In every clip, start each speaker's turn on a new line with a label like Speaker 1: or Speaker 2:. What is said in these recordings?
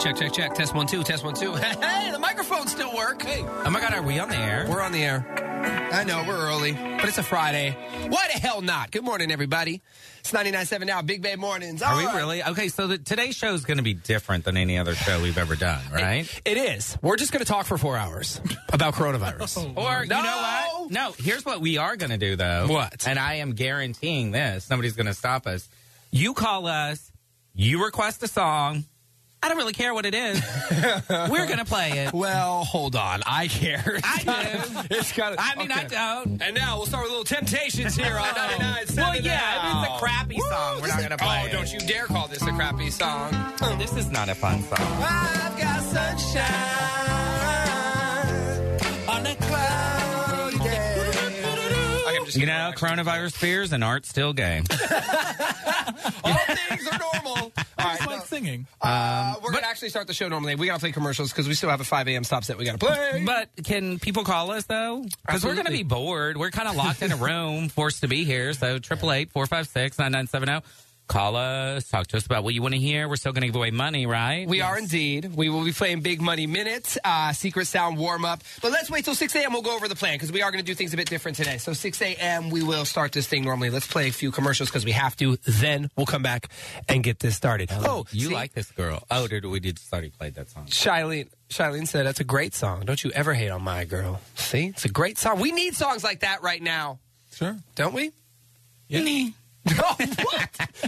Speaker 1: Check, check, check. Test one, two, test one, two. Hey, the microphones still work. Hey. Oh my God, are we on the air? We're on the air. I know, we're early, but it's a Friday. Why the hell not? Good morning, everybody. It's 99.7 now, Big Bay Mornings.
Speaker 2: Are
Speaker 1: All
Speaker 2: we
Speaker 1: right.
Speaker 2: really? Okay, so the, today's show is going to be different than any other show we've ever done, right?
Speaker 1: It is. We're just going to talk for four hours about coronavirus.
Speaker 2: Or you know what? No, here's what we are going to do though.
Speaker 1: What?
Speaker 2: And I am guaranteeing this. Nobody's going to stop us. You call us. You request a song. I don't really care what it is. We're going to play it.
Speaker 1: Well, hold on. I care.
Speaker 2: I do.
Speaker 1: It's kind of.
Speaker 2: I mean, I don't.
Speaker 1: And now we'll start with a little temptations here on 99.7.
Speaker 2: Well, yeah, if it's a crappy song, we're not going to play
Speaker 1: Oh,
Speaker 2: it.
Speaker 1: don't you dare call this a crappy song.
Speaker 2: This is not a fun song.
Speaker 1: I've got sunshine on a cloudy day. Okay, I'm just
Speaker 2: You
Speaker 1: gonna
Speaker 2: know,
Speaker 1: relax.
Speaker 2: coronavirus fears and art still gay.
Speaker 1: all things are normal. All right,
Speaker 3: like singing.
Speaker 2: Um,
Speaker 1: uh, we're gonna actually start the show normally. We gotta play commercials because we still have a 5 a.m. stop set we gotta play.
Speaker 2: But can people call us though? Because we're going to
Speaker 1: Absolutely.
Speaker 2: be bored. We're kind of locked in a room, forced to be here. So triple eight four five six nine nine seven zero. Call us. Talk to us about what you want to hear. We're still going to give away money, right?
Speaker 1: We are indeed. We will be playing Big Money Minutes, uh, Secret Sound warm up. But let's wait till 6 a.m. We'll go over the plan because we are going to do things a bit different today. So 6 a.m. we will start this thing normally. Let's play a few commercials because we have to. Then we'll come back and get this started. Oh,
Speaker 2: you
Speaker 1: see,
Speaker 2: like this girl? Oh, dude, we did just already played that song.
Speaker 1: Shailene. Shailene said that's a great song. Don't you ever hate on my girl. See, it's a great song. We need songs like that right now,
Speaker 3: Sure.
Speaker 1: don't we?
Speaker 3: Yeah.
Speaker 1: oh, what?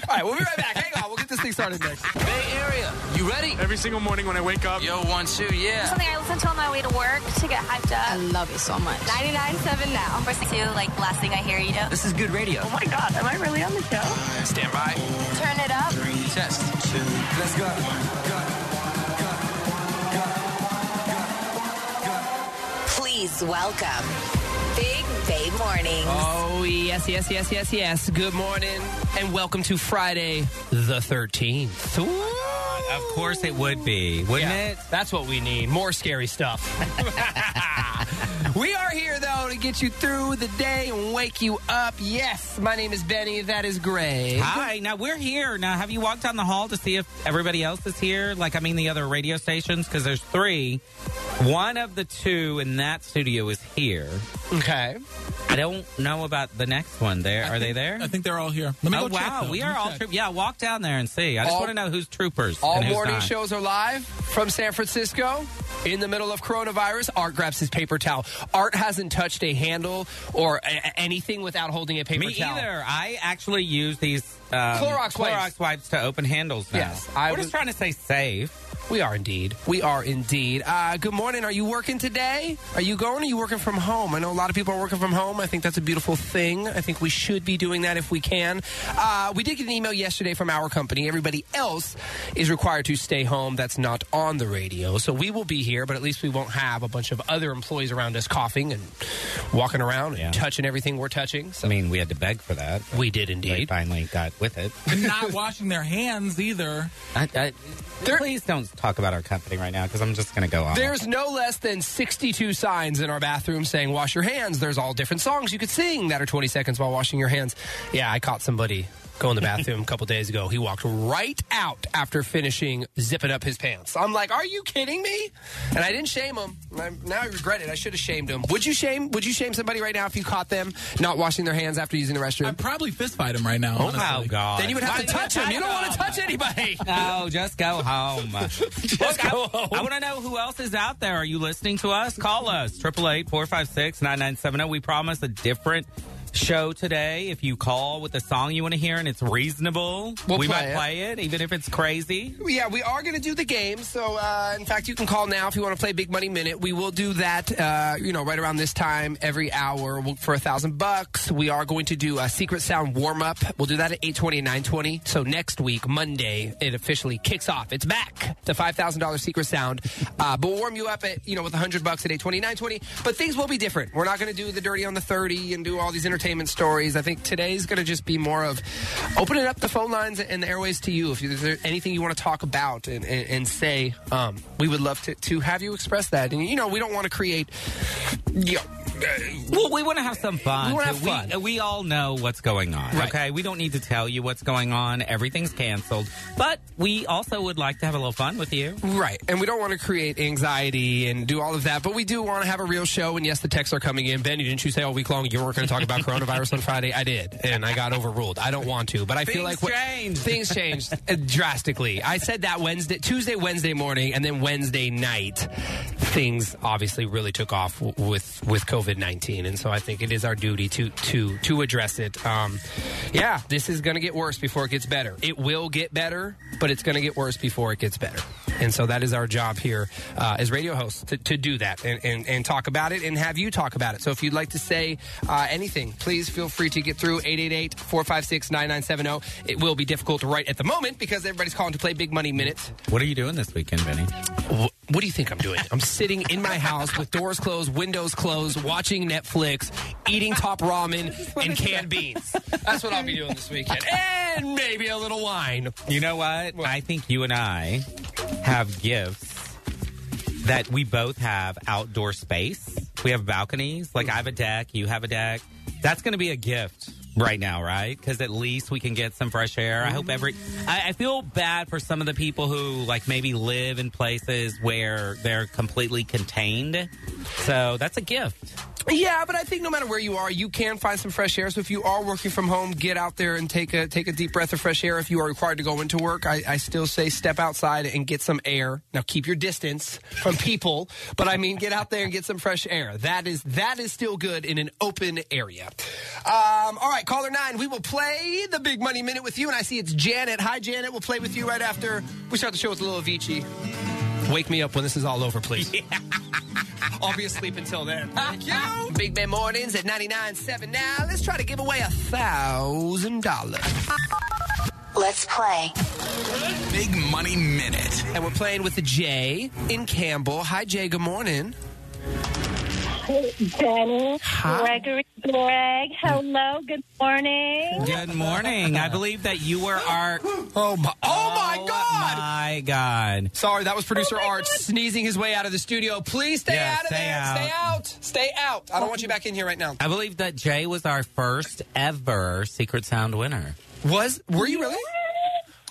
Speaker 1: All right, we'll be right back. Hang on, we'll get this thing started next.
Speaker 4: Bay Area. You ready?
Speaker 5: Every single morning when I wake up,
Speaker 4: Yo, one, two, yeah.
Speaker 6: Something I listen to on my way to work to get hyped
Speaker 7: I
Speaker 6: up.
Speaker 7: love you so much.
Speaker 6: 99.7 now. First two, like last thing I hear, you know.
Speaker 4: This is good radio.
Speaker 6: Oh my god, am I really on the show?
Speaker 4: Stand by.
Speaker 6: Turn it up.
Speaker 4: Test.
Speaker 8: Please welcome Big Bay Morning.
Speaker 1: Oh, yes, yes, yes, yes, yes. Good morning and welcome to Friday the 13th.
Speaker 2: Of course, it would be, wouldn't
Speaker 1: Yeah,
Speaker 2: it?
Speaker 1: That's what we need. More scary stuff. we are here, though, to get you through the day and wake you up. Yes, my name is Benny. That is Gray.
Speaker 2: Hi. Now we're here. Now, have you walked down the hall to see if everybody else is here? Like, I mean, the other radio stations, because there's three. One of the two in that studio is here.
Speaker 1: Okay.
Speaker 2: I don't know about the next one. There are they there?
Speaker 3: I think they're all here. Let me
Speaker 2: Oh
Speaker 3: go check,
Speaker 2: wow,
Speaker 3: though.
Speaker 2: we
Speaker 3: Let me
Speaker 2: are all
Speaker 3: check.
Speaker 2: troop. Yeah, walk down there and see. I just
Speaker 1: All-
Speaker 2: want to know who's troopers.
Speaker 1: All
Speaker 2: and who's
Speaker 1: morning
Speaker 2: not.
Speaker 1: shows are live from San Francisco. In the middle of coronavirus, Art grabs his paper towel. Art hasn't touched a handle or a- a- anything without holding a paper
Speaker 2: Me
Speaker 1: towel.
Speaker 2: either. I actually use these um,
Speaker 1: Clorox wipes.
Speaker 2: wipes to open handles now.
Speaker 1: Yes, I
Speaker 2: We're
Speaker 1: was-
Speaker 2: just trying to stay safe.
Speaker 1: We are indeed. We are indeed. Uh, good morning. Are you working today? Are you going? Are you working from home? I know a lot of people are working from home. I think that's a beautiful thing. I think we should be doing that if we can. Uh, we did get an email yesterday from our company. Everybody else is required to stay home. That's not on the radio. So we will be here, but at least we won't have a bunch of other employees around us coughing and walking around and
Speaker 2: Yeah.
Speaker 1: touching everything we're touching.
Speaker 2: I
Speaker 1: So
Speaker 2: mean, we had to beg for that. but
Speaker 1: we did
Speaker 2: They
Speaker 1: indeed.
Speaker 2: finally got Oh, with it.
Speaker 3: And not washing their hands either.
Speaker 2: I, I, please don't talk about our company right now because I'm just going to go on.
Speaker 1: There's no less than 62 signs in our bathroom saying wash your hands. There's all different songs you could sing that are 20 seconds while washing your hands. Yeah, I caught somebody going to the bathroom a couple days ago. He walked right out after finishing zipping up his pants. I'm like, "Are you kidding me?" And I didn't shame him. And I'm- now I regret it. I should have shamed him. Would you shame would you shame somebody right now if you caught them not washing their hands after using the restroom?
Speaker 3: I'd probably fist fight him right now.
Speaker 2: oh
Speaker 3: honestly.
Speaker 2: my god.
Speaker 1: then you would have
Speaker 2: Why
Speaker 1: to
Speaker 2: do
Speaker 1: touch him. You don't want to touch anybody.
Speaker 2: No, just go home. Look, I- I, want to know who else is out there. Are you listening to us? Call us 888-456-9970. We promise a different show today. If you call with a song you want to hear and it's reasonable,
Speaker 1: We'll
Speaker 2: we
Speaker 1: play
Speaker 2: might
Speaker 1: it.
Speaker 2: play it, even if it's crazy.
Speaker 1: Yeah, we are going to do the game. So, uh, in fact, you can call now if you want to play Big Money Minute. We will do that, uh, you know, right around this time every hour We'll- for a thousand bucks. We are going to do a secret sound warm up. We'll do that at eight twenty and nine twenty. So next week, Monday, it officially kicks off. It's back to five thousand dollars secret sound. Uh, but we'll warm you up at you know with a hundred bucks at eight twenty nine twenty. But things will be different. We're not going to do the dirty on the thirty and do all these entertainment stories. I think today's going to just be more of opening up the phone lines and the airways to you. If there's anything you want to talk about and, and, and say, um, we would love to, to have you express that. And you know, we don't want to create you know,
Speaker 2: Well, we want to have some fun.
Speaker 1: We wanna have
Speaker 2: too.
Speaker 1: fun.
Speaker 2: We, we all know what's going on.
Speaker 1: Right.
Speaker 2: Okay, we don't need to tell you what's going on. Everything's canceled, but we also would like to have a little fun with you.
Speaker 1: Right. And we don't want to create anxiety and do all of that, but we do want to have a real show. And yes, the texts are coming in. Ben, you didn't you say all week long you weren't going to talk about coronavirus on Friday? I did. And I got overruled. I don't want to, but I feel
Speaker 2: Things
Speaker 1: like what-
Speaker 2: changed.
Speaker 1: things changed uh, drastically. I said that Wednesday, Tuesday, Wednesday morning, and then Wednesday night. Things obviously really took off w- with with COVID nineteen, and so I think it is our duty to to to address it. Um, yeah, this is going to get worse before it gets better. It will get better, but it's going to get worse before it gets better. And so that is our job here uh, as radio hosts to, to do that and, and, and talk about it and have you talk about it. So if you'd like to say uh, anything, please feel free to get through 888 456 9970. oh. It will be difficult to write at the moment because everybody's calling to play Big Money Minutes.
Speaker 2: What are you doing this weekend, Vinny?
Speaker 1: Wh- What do you think I'm doing? I'm sitting in my house with doors closed, windows closed, watching Netflix, eating top ramen and canned beans. That's what I'll be doing this weekend. And maybe a little wine.
Speaker 2: You know what? I think you and I have gifts that we both have outdoor space. We have balconies. Like I have a deck, you have a deck. That's going to be a gift right now, right? Because at least we can get some fresh air. I hope every. I, I feel bad for some of the people who like maybe live in places where they're completely contained. So that's a gift.
Speaker 1: Yeah, but I think no matter where you are, you can find some fresh air. So if you are working from home, get out there and take a take a deep breath of fresh air. If you are required to go into work, I, I still say step outside and get some air. Now keep your distance from people, but I mean get out there and get some fresh air. That is that is still good in an open area. Um, all right, caller nine, we will play the Big Money Minute with you, and I see it's Janet. Hi, Janet. We'll play with you right after we start the show with a little Avicii. Wake me up when this is all over, please. I'll be asleep until then. Big Ben Mornings at 99.7 now. Let's try to give away a $1,000.
Speaker 8: Let's play.
Speaker 5: Big Money Minute.
Speaker 1: And we're playing with Jay in Campbell. Hi, Jay. Good morning.
Speaker 7: Dennis,
Speaker 1: Hi.
Speaker 7: Gregory, Greg. Hello. Good morning.
Speaker 2: Good morning. I believe that you were our.
Speaker 1: Oh, my, oh my God.
Speaker 2: My God. Oh
Speaker 1: Sorry, that was producer Art sneezing his way out of the studio. Please stay
Speaker 2: Yeah,
Speaker 1: out of
Speaker 2: stay
Speaker 1: there.
Speaker 2: out.
Speaker 1: Stay out. Stay out. I don't want you back in here right now.
Speaker 2: I believe that Jay was our first ever Secret Sound winner.
Speaker 1: Was were you really?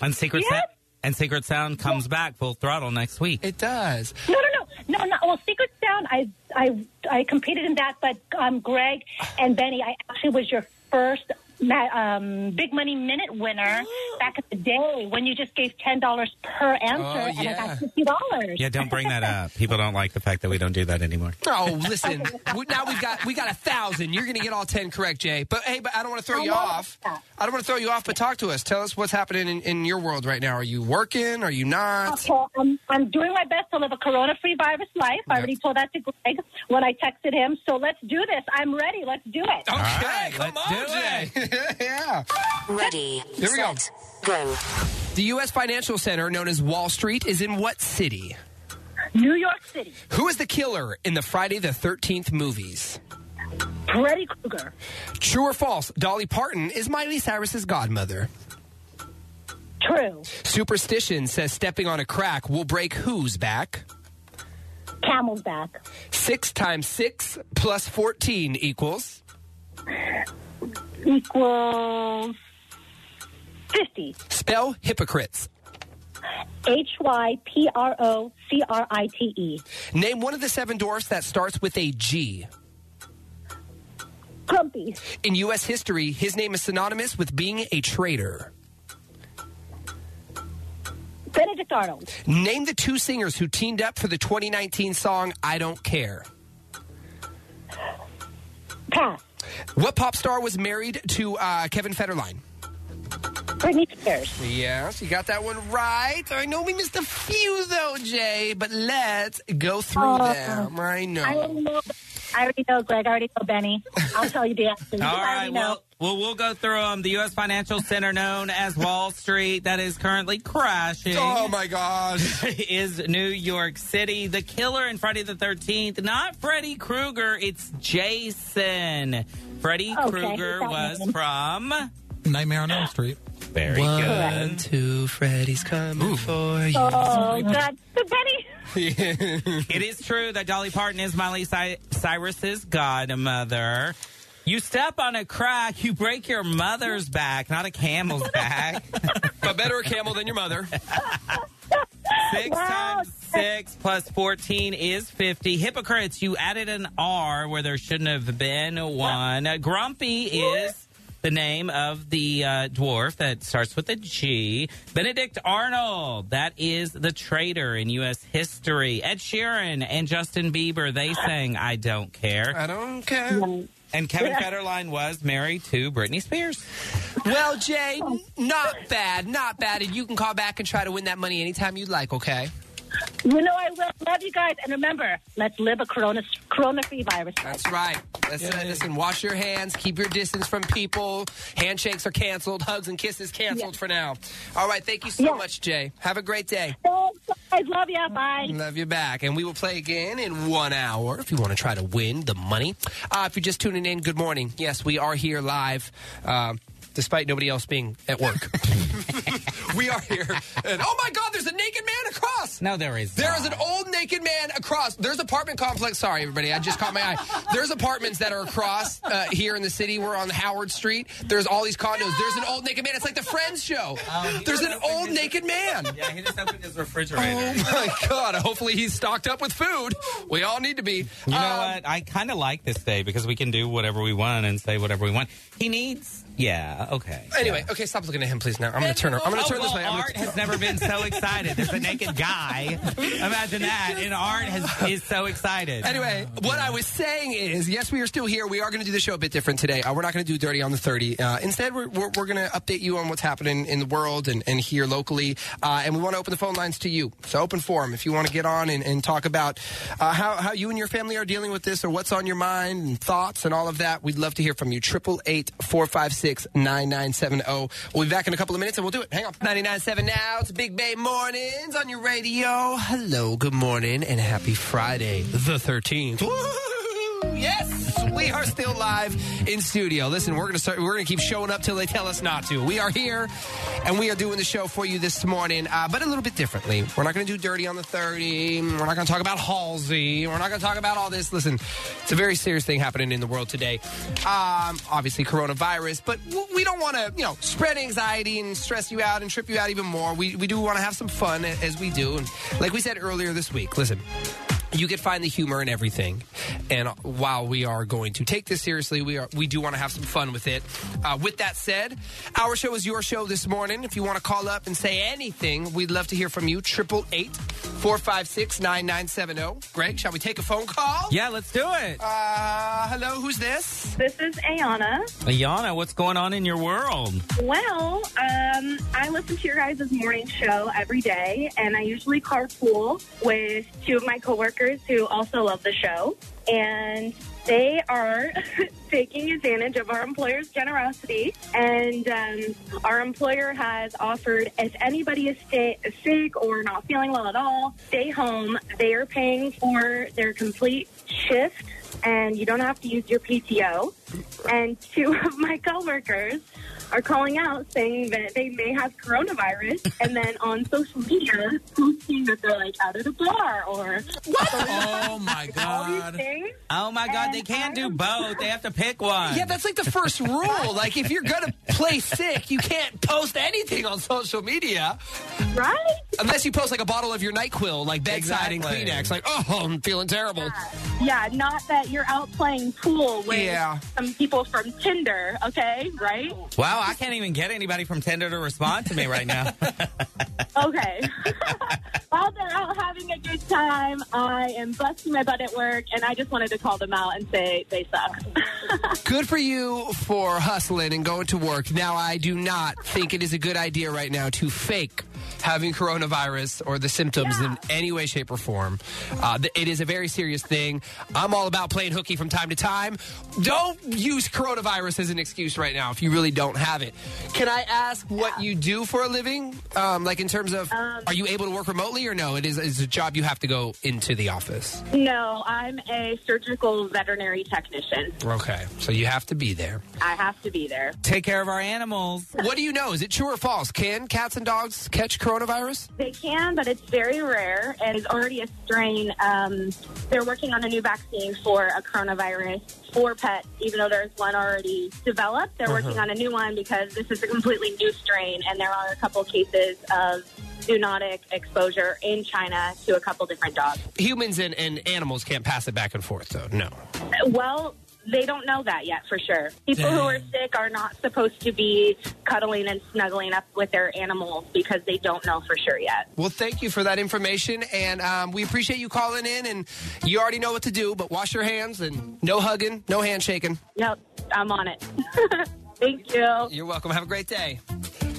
Speaker 2: And Secret
Speaker 7: Yes.
Speaker 2: Sou- and Secret Sound comes back full throttle next week.
Speaker 1: It does.
Speaker 7: No, no, no, no, no. Well, Secret Sound, I, I, I competed in that, but um, Greg and Benny, I actually was your first ma- um, Big Money Minute winner
Speaker 1: Oh.
Speaker 7: back in the day when you just gave ten dollars per answer, and I
Speaker 1: Oh, yeah.
Speaker 7: got fifty dollars.
Speaker 2: Yeah, don't bring that up. People don't like the fact that we don't do that anymore.
Speaker 1: Oh, listen. we- now we've got we got a thousand. You're going to get all ten correct, Jay. But hey, but I don't want to throw
Speaker 7: I
Speaker 1: you
Speaker 7: love
Speaker 1: off.
Speaker 7: that.
Speaker 1: I don't want to throw you off. But talk to us. Tell us what's happening in, in your world right now. Are you working? Are you not?
Speaker 7: Okay, I'm, I'm doing my best to live a corona-free virus life. I already told that to Greg when I texted him. So let's do this. I'm ready. Let's do it.
Speaker 1: Okay,
Speaker 2: right,
Speaker 1: come
Speaker 2: let's
Speaker 1: on,
Speaker 2: do
Speaker 1: Jay. yeah.
Speaker 8: Ready.
Speaker 1: Here we go.
Speaker 8: set, go.
Speaker 1: The U.S. financial center, known as Wall Street, is in what city?
Speaker 7: New York City.
Speaker 1: Who is the killer in the Friday the Thirteenth movies?
Speaker 7: Freddy Krueger.
Speaker 1: True or false? Dolly Parton is Miley Cyrus's godmother.
Speaker 7: True.
Speaker 1: Superstition says stepping on a crack will break whose back?
Speaker 7: Camel's back.
Speaker 1: Six times six plus fourteen equals.
Speaker 7: equals 50.
Speaker 1: Spell hypocrites.
Speaker 7: H Y P R O C R I T E.
Speaker 1: Name one of the seven dwarfs that starts with a G.
Speaker 7: Grumpy.
Speaker 1: In U.S. history, his name is synonymous with being a traitor.
Speaker 7: Benedict Arnold.
Speaker 1: Name the two singers who teamed up for the 2019 song I Don't Care.
Speaker 7: Pass.
Speaker 1: What pop star was married to uh, Kevin Federline?
Speaker 7: Britney Spears.
Speaker 1: Yes, you got that one right. I know we missed a few, though, Jay, but let's go through
Speaker 7: Oh.
Speaker 1: them. I know.
Speaker 7: I already know. I already know, Greg. I already know Benny. I'll tell you the answer. You
Speaker 2: All right,
Speaker 7: already know.
Speaker 2: well, well, we'll go through them. The U.S. financial center, known as Wall Street, that is currently crashing,
Speaker 1: oh, my gosh.
Speaker 2: is New York City. The killer in Friday the 13th, not Freddy Krueger, it's Jason. Freddy
Speaker 7: Okay,
Speaker 2: Krueger
Speaker 7: that
Speaker 2: was
Speaker 7: one.
Speaker 2: from.
Speaker 3: Nightmare on Elm Street.
Speaker 2: Very
Speaker 1: One, two, Freddy's coming for you.
Speaker 7: Oh, God. So, Benny,
Speaker 2: it is true that Dolly Parton is Miley Cy- Cyrus's godmother. You step on a crack, you break your mother's back, not a camel's back.
Speaker 1: but better a camel than your mother.
Speaker 2: Six times six plus 14 is 50. Hypocrites, you added an R where there shouldn't have been one. Uh, Grumpy is the name of the uh, dwarf that starts with a G. Benedict Arnold, that is the traitor in U.S. history. Ed Sheeran and Justin Bieber, they sang I Don't Care.
Speaker 1: I don't care.
Speaker 2: And Uh, Kevin Federline was married to Britney Spears.
Speaker 1: Well, Jay, not bad, not bad. And you can call back and try to win that money anytime you'd like, okay?
Speaker 7: You know I will. Love you guys. And remember, let's live a corona corona free virus.
Speaker 1: That's right. That's it.
Speaker 3: Yay.
Speaker 1: Listen, wash your hands, keep your distance from people. Handshakes are canceled, hugs and kisses canceled for now. All right, thank you so
Speaker 7: Yeah.
Speaker 1: much, Jay. Have a great day.
Speaker 7: I love you. Bye.
Speaker 1: Love you back. And we will play again in one hour if you want to try to win the money. Uh, if you're just tuning in, good morning. Yes, we are here live. Uh, Despite nobody else being at work, we are here. And oh my God, there's a naked man across.
Speaker 2: No, there is.
Speaker 1: There
Speaker 2: not.
Speaker 1: is an old naked man across. There's apartment complex. Sorry, everybody. I just caught my eye. There's apartments that are across uh, here in the city. We're on Howard Street. There's all these condos. There's an old naked man. It's like the Friends show.
Speaker 2: Oh,
Speaker 1: There's an old naked man.
Speaker 2: Yeah, he just opened his refrigerator.
Speaker 1: Oh my God. Hopefully he's stocked up with food. We all need to be.
Speaker 2: You know
Speaker 1: Um,
Speaker 2: what? I kind of like this day because we can do whatever we want and say whatever we want. He needs. Yeah. Okay.
Speaker 1: Anyway, okay, stop looking at him, please. Now I'm gonna turn. her- I'm gonna
Speaker 2: Oh,
Speaker 1: turn this
Speaker 2: well,
Speaker 1: way. I'm
Speaker 2: Art
Speaker 1: gonna-
Speaker 2: has never been so excited. There's a naked guy. Imagine that. And Art has, is so excited.
Speaker 1: Anyway, what I was saying is, yes, we are still here. We are going to do the show a bit different today. Uh, we're not going to do dirty on the thirty. Uh, instead, we're, we're, we're going to update you on what's happening in the world and, and here locally. Uh, and we want to open the phone lines to you. So open forum if you want to get on and, and talk about uh, how how you and your family are dealing with this or what's on your mind and thoughts and all of that. We'd love to hear from you. Triple eight four five six nine nine seven zero. We'll be back in a couple of minutes and we'll do it. Hang on. Ninety nine seven now. It's Big Bay Mornings on your radio. Oh, Hello, good morning, and happy Friday the thirteenth. Yes, we are still live in studio. Listen, we're gonna start. We're gonna keep showing up till they tell us not to. We are here, and we are doing the show for you this morning, uh, but a little bit differently. We're not gonna do dirty on the thirty. We're not gonna talk about Halsey. We're not gonna talk about all this. Listen, it's a very serious thing happening in the world today. Um, obviously, coronavirus, but w- we don't want to, you know, spread anxiety and stress you out and trip you out even more. We we do want to have some fun a- as we do, and like we said earlier this week. Listen you can find the humor in everything. And while we are going to take this seriously, we are we do want to have some fun with it. Uh, with that said, our show is your show this morning. If you want to call up and say anything, we'd love to hear from you. Triple eight four five six nine nine seven zero. Greg, shall we take a phone call?
Speaker 2: Yeah, let's do it.
Speaker 1: Uh, hello, who's this?
Speaker 9: This is Ayana.
Speaker 2: Ayana, what's going on in your world?
Speaker 9: Well, um, I listen to your guys' morning show every day, and I usually carpool with two of my coworkers who also love the show. And they are taking advantage of our employer's generosity. And um, our employer has offered if anybody is sta- sick or not feeling well at all, stay home. They are paying for their complete shift, and you don't have to use your PTO. And two of my coworkers are calling out saying that they may have coronavirus and then on social media posting that they're like out at a bar or
Speaker 3: Oh my
Speaker 9: all these
Speaker 3: god.
Speaker 9: things.
Speaker 2: Oh my God, they
Speaker 9: And
Speaker 2: can't do
Speaker 9: I'm-
Speaker 2: both. They have to pick one.
Speaker 1: Yeah, that's like the first rule. like, if you're gonna play sick, you can't post anything on social media
Speaker 9: Right?
Speaker 1: unless you post like a bottle of your Nyquil, like bedside
Speaker 2: Exactly.
Speaker 1: and Kleenex. Like, oh, I'm feeling terrible.
Speaker 9: Yeah, not that you're out playing pool with
Speaker 1: Yeah.
Speaker 9: some people from Tinder, okay? Right?
Speaker 2: Wow, I can't even get anybody from Tinder to respond to me right now.
Speaker 9: Okay. While they're out having a good time, I am busting my butt at work and I just wanted to call them out and say they suck.
Speaker 1: Good for you for hustling and going to work. Now, I do not think it is a good idea right now to fake having coronavirus or the symptoms in any way, shape, or form. Uh, th- it is a very serious thing. I'm all about playing hooky from time to time. Don't use coronavirus as an excuse right now if you really don't have it. Can I ask what you do for a living? Um, like in terms of, are you able to work remotely or no? It is it's a job you have to go into the office.
Speaker 9: no, I'm a surgical veterinary technician.
Speaker 1: Okay, so you have to be there.
Speaker 9: I have to be there.
Speaker 2: Take care of our animals.
Speaker 1: What do you know? Is it true or false? Can cats and dogs catch coronavirus?
Speaker 9: They can, but it's very rare and is already a strain. Um, they're working on a new vaccine for a coronavirus for pets, even though there's one already developed. They're working on a new one because this is a completely new strain, and there are a couple cases of zoonotic exposure in China to a couple different dogs.
Speaker 1: Humans and, and animals can't pass it back and forth, though. No.
Speaker 9: Well, they don't know that yet for sure. People who are sick are not supposed to be cuddling and snuggling up with their animals because they don't know for sure yet.
Speaker 1: Well, thank you for that information, and um, we appreciate you calling in. And you already know what to do, but wash your hands and no hugging, no handshaking.
Speaker 9: Nope, I'm on it. Thank you.
Speaker 1: You're welcome. Have a great day.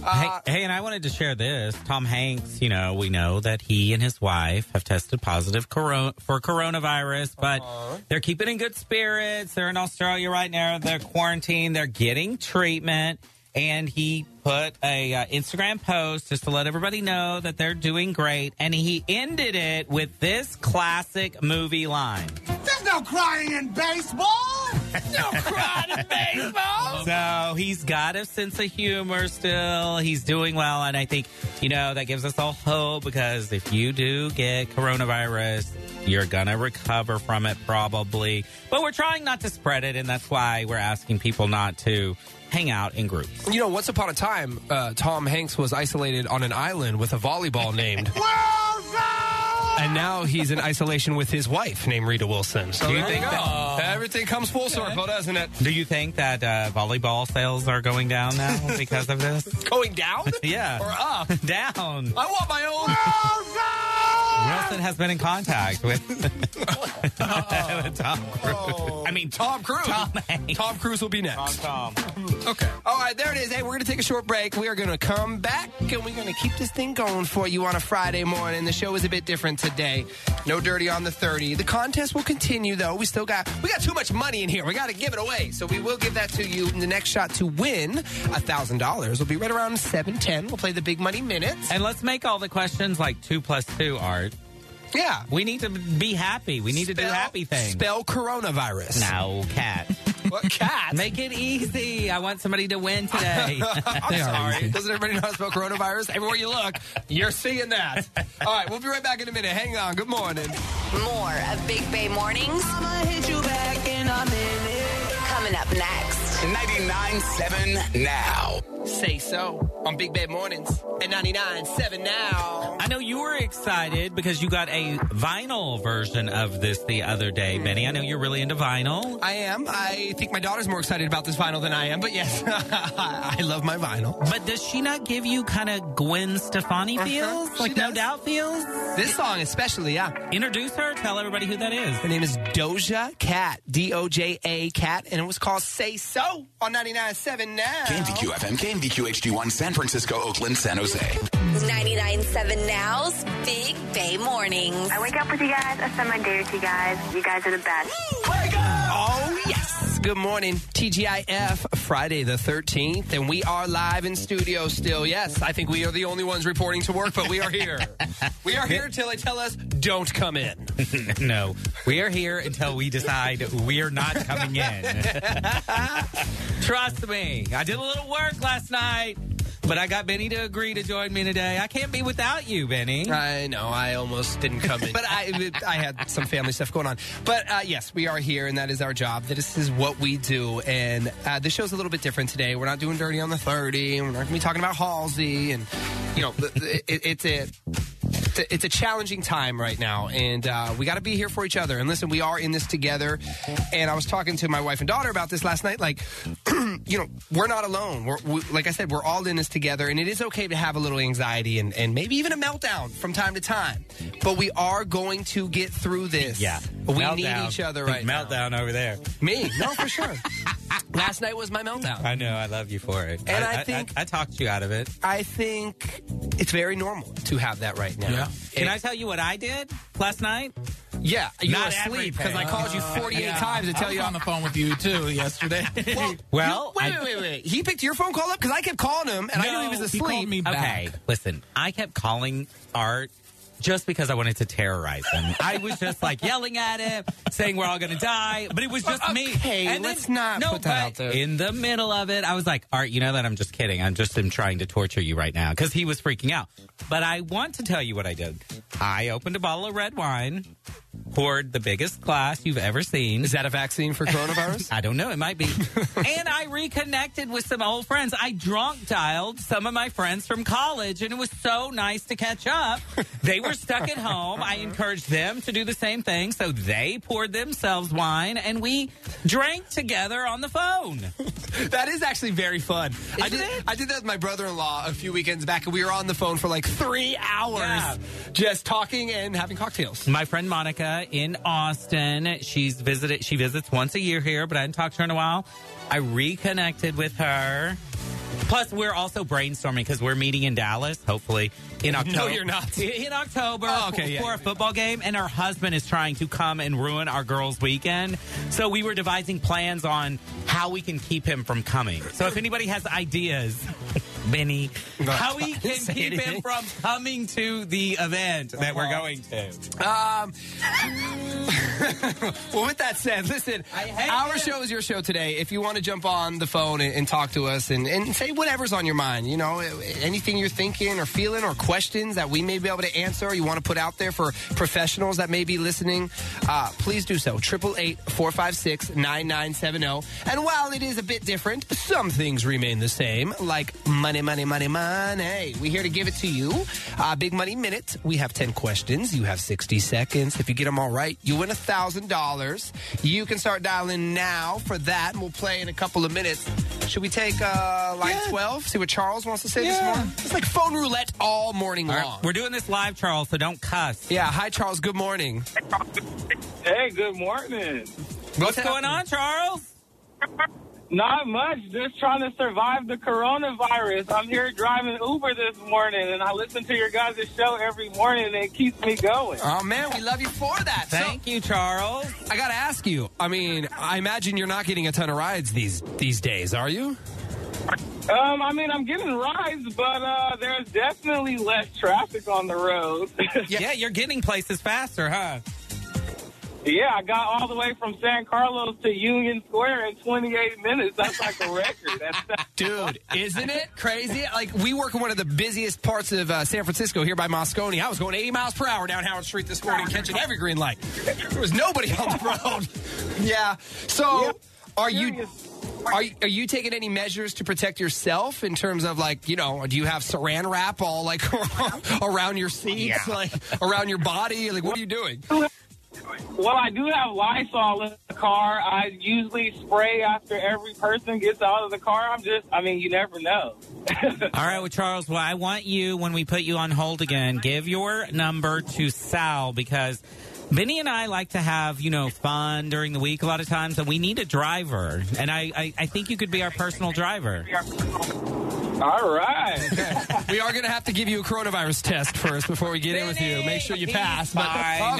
Speaker 2: hey, hey, and I wanted to share this. Tom Hanks, you know, we know that he and his wife have tested positive coro- for coronavirus, but they're keeping in good spirits. They're in Australia right now. They're quarantined. They're getting treatment. And he put a uh, Instagram post just to let everybody know that they're doing great. And he ended it with this classic movie line.
Speaker 5: There's no crying in baseball. No crying in baseball.
Speaker 2: So he's got a sense of humor still. He's doing well. And I think, you know, that gives us all hope because if you do get coronavirus, you're going to recover from it probably. But we're trying not to spread it. And that's why we're asking people not to hang out in groups.
Speaker 1: You know, once upon a time, uh, Tom Hanks was isolated on an island with a volleyball named, and now he's in isolation with his wife named Rita Wilson. So
Speaker 2: Do you
Speaker 1: there
Speaker 2: think
Speaker 1: go.
Speaker 2: that-
Speaker 1: everything comes full circle, doesn't it?
Speaker 2: Do you think that uh, volleyball sales are going down now because of this?
Speaker 1: Going down?
Speaker 2: Yeah.
Speaker 1: Or up?
Speaker 2: down.
Speaker 1: I want my own.
Speaker 2: Wilson has been in contact with, with Tom Cruise. I mean, Tom,
Speaker 1: Tom Cruise.
Speaker 2: Tom Hanks.
Speaker 1: Tom Cruise will be next.
Speaker 2: Tom.
Speaker 1: Okay. All right, there it is. Hey, we're going to take a short break. We are going to come back and we're going to keep this thing going for you on a Friday morning. The show is a bit different today. No dirty on the 30. The contest will continue though. We still got we got too much money in here. We got to give it away. So we will give that to you. And the next shot to win $1,000 will be right around 7:10. We'll play the big money minutes.
Speaker 2: And let's make all the questions like two plus two, Art.
Speaker 1: Yeah.
Speaker 2: We need to be happy. We need to do
Speaker 1: Spell-
Speaker 2: happy things.
Speaker 1: Spell coronavirus.
Speaker 2: no, cat.
Speaker 1: What cat?
Speaker 2: Make it easy. I want somebody to win today.
Speaker 1: I'm sorry. Doesn't everybody know how to spell coronavirus? Everywhere you look, you're seeing that. All right, we'll be right back in a minute. Hang on. Good morning.
Speaker 8: More of Big Bay Mornings coming up next.
Speaker 5: 99.7 now.
Speaker 1: Say so on Big Bad Mornings at 99.7 now.
Speaker 2: I know you were excited because you got a vinyl version of this the other day, Benny. I know you're really into vinyl.
Speaker 1: I am. I think my daughter's more excited about this vinyl than I am, but yes, I love my vinyl.
Speaker 2: But does she not give you kind of Gwen Stefani
Speaker 1: Uh-huh.
Speaker 2: feels?
Speaker 1: She
Speaker 2: Like, no
Speaker 1: does.
Speaker 2: doubt feels?
Speaker 1: This song, especially, yeah.
Speaker 2: Introduce her. Tell everybody who that is.
Speaker 1: Her name is Doja Cat, D O J A Cat, and it was called Say So on 99.7 now.
Speaker 5: KMVQ FM, KMVQ HD1, San Francisco, Oakland, San Jose.
Speaker 8: 99.7 Now's Big Bay Mornings.
Speaker 6: I wake up with you guys. I spend my day with you guys. You guys are the best.
Speaker 1: Oh, yes. Good morning. TGIF, Friday the 13th, and we are live in studio still. Yes, I think we are the only ones reporting to work, but we are here. we are here till they tell us don't come in.
Speaker 2: No, we are here until we decide we are not coming in. Trust me, I did a little work last night, but I got Benny to agree to join me today. I can't be without you, Benny.
Speaker 1: I know, I almost didn't come in. Hmm? but I, I had some family stuff going on. But uh, yes, we are here, and that is our job. This is what we do. And uh, this show's a little bit different today. We're not doing Dirty on the 30, and we're not going to be talking about Halsey. And, you know, th- th- it, it's a. it's a- It's a challenging time right now, and uh, we got to be here for each other. And listen, we are in this together. And I was talking to my wife and daughter about this last night. Like, you know, we're not alone. We're, we, like I said, we're all in this together, and it is okay to have a little anxiety and, and maybe even a meltdown from time to time. But we are going to get through this. We need each other right now.
Speaker 2: Meltdown over there.
Speaker 1: Me, no, for sure. Last night was my meltdown.
Speaker 2: I know. I love you for it.
Speaker 1: And I think-
Speaker 2: I, talked you out of it.
Speaker 1: I think it's very normal to have that right now.
Speaker 3: Yeah.
Speaker 2: Can I tell you what I did last night?
Speaker 1: Yeah, you
Speaker 2: Not
Speaker 1: were asleep
Speaker 2: everything.
Speaker 1: because I called you 48 times to
Speaker 3: I
Speaker 1: tell
Speaker 3: was
Speaker 1: you.
Speaker 3: on the phone with you too yesterday.
Speaker 1: well,
Speaker 2: Well,
Speaker 1: you- wait,
Speaker 2: I-
Speaker 1: wait, wait, wait. He picked your phone call up because I kept calling him, and I knew he was
Speaker 3: No,
Speaker 1: asleep.
Speaker 3: called me back.
Speaker 2: Okay, listen. I kept calling Art just because I wanted to terrorize him. I was just like yelling at him, saying we're all going to die, but it was just me.
Speaker 1: okay, let's not
Speaker 2: no,
Speaker 1: put that
Speaker 2: but
Speaker 1: out there.
Speaker 2: In the middle of it, I was like, all right, you know that I'm just kidding. I'm just am trying to torture you right now because he was freaking out. But I want to tell you what I did. I opened a bottle of red wine, poured the biggest glass you've ever seen.
Speaker 1: Is that a vaccine for coronavirus?
Speaker 2: I don't know. It might be. and I reconnected with some old friends. I drunk dialed some of my friends from college, and it was so nice to catch up. They were stuck at home. I encouraged them to do the same thing, so they poured themselves wine, and we drank together on the phone.
Speaker 1: that is actually very fun. I
Speaker 2: Isn't
Speaker 1: did
Speaker 2: it?
Speaker 1: I did that with my brother-in-law a few weekends back and we were on the phone for like 3 hours
Speaker 2: Yeah.
Speaker 1: just talking and having cocktails.
Speaker 2: My friend Monica in Austin, she's visited. She visits once a year here, but I hadn't talked to her in a while. I reconnected with her. Plus, we're also brainstorming because we're meeting in Dallas, hopefully in October.
Speaker 1: you're not.
Speaker 2: In October
Speaker 1: Oh, okay,
Speaker 2: for
Speaker 1: yeah.
Speaker 2: a football game, and her husband is trying to come and ruin our girls' weekend. So we were devising plans on how we can keep him from coming. So if anybody has ideas, Benny, how we can
Speaker 1: say
Speaker 2: keep him
Speaker 1: anything.
Speaker 2: from coming to the event that we're going to.
Speaker 1: Uh-huh. Um, well, with that said, listen,
Speaker 2: I hate
Speaker 1: our
Speaker 2: it.
Speaker 1: show is your show today. If you want to jump on the phone and, and talk to us and, and say whatever's on your mind, you know, anything you're thinking or feeling or questions that we may be able to answer or you want to put out there for professionals that may be listening, uh, please do so. 888-456-9970. And while it is a bit different, some things remain the same, like money, money, money, money. We're here to give it to you. Uh, Big Money Minute. We have 10 questions. You have 60 seconds. If you get them all right, you win $1,000. You can start dialing now for that, and we'll play in a couple of minutes. Should we take uh, line 12, see what Charles wants to say this morning? It's like phone roulette all morning
Speaker 2: All right,
Speaker 1: long.
Speaker 2: we're doing this live, Charles, so don't cuss.
Speaker 1: yeah, hi, Charles. Good morning.
Speaker 10: Hey, good morning.
Speaker 2: What's going on, Charles?
Speaker 10: Not much. Just trying to survive the coronavirus. I'm here driving Uber this morning, and I listen to your guys' show every morning, and it keeps me going.
Speaker 1: Oh, man, we love you for that. So,
Speaker 2: Thank you, Charles.
Speaker 1: I got to ask you. I mean, I imagine you're not getting a ton of rides these these days, are you?
Speaker 10: Um, I mean, I'm getting rides, but uh, there's definitely less traffic on the road.
Speaker 2: Yeah. you're getting places faster, huh?
Speaker 10: yeah, I got all the way from San Carlos to Union Square in 28 minutes. That's like a record. That's
Speaker 1: Dude, isn't it crazy? Like, we work in one of the busiest parts of uh, San Francisco here by Moscone. I was going 80 miles per hour down Howard Street this morning, catching every green light. There was nobody on the road. yeah. So, are you. Are, you- are you taking any measures to protect yourself in terms of like you know do you have saran wrap all like around your seats like around your body like what are you doing
Speaker 10: Well, I do have Lysol in the car. I usually spray after every person gets out of the car. I'm just, I mean, you never know.
Speaker 2: All right, well, Charles, well, I want you, when we put you on hold again, give your number to Sal because Benny and I like to have, you know, fun during the week a lot of times, and we need a driver. And I, I, I think you could be our personal driver.
Speaker 10: All right.
Speaker 1: we are going to have to give you a coronavirus test first before we get in with you. Make sure you
Speaker 2: Benny,
Speaker 1: pass.
Speaker 2: fine.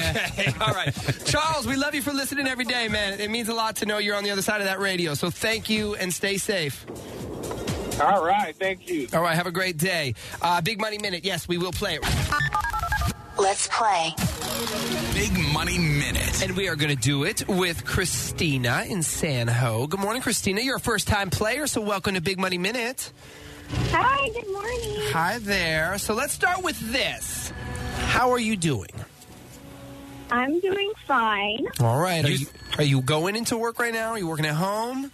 Speaker 1: okay, all right, Charles, we love you for listening every day, man. It means a lot to know you're on the other side of that radio. So thank you and stay safe.
Speaker 10: All right. Thank you.
Speaker 1: All right, have a great day. Uh, Big Money Minute. Yes, we will play it.
Speaker 8: Let's play.
Speaker 5: Big Money Minute.
Speaker 1: And we are going to do it with Christina in San Ho. Good morning, Christina. You're a first time player, so welcome to Big Money Minute.
Speaker 9: Hi, good morning.
Speaker 1: Hi there. So let's start with this. How are you doing?
Speaker 9: I'm doing fine.
Speaker 1: All right. Are you, are you going into work right now? Are you working at home?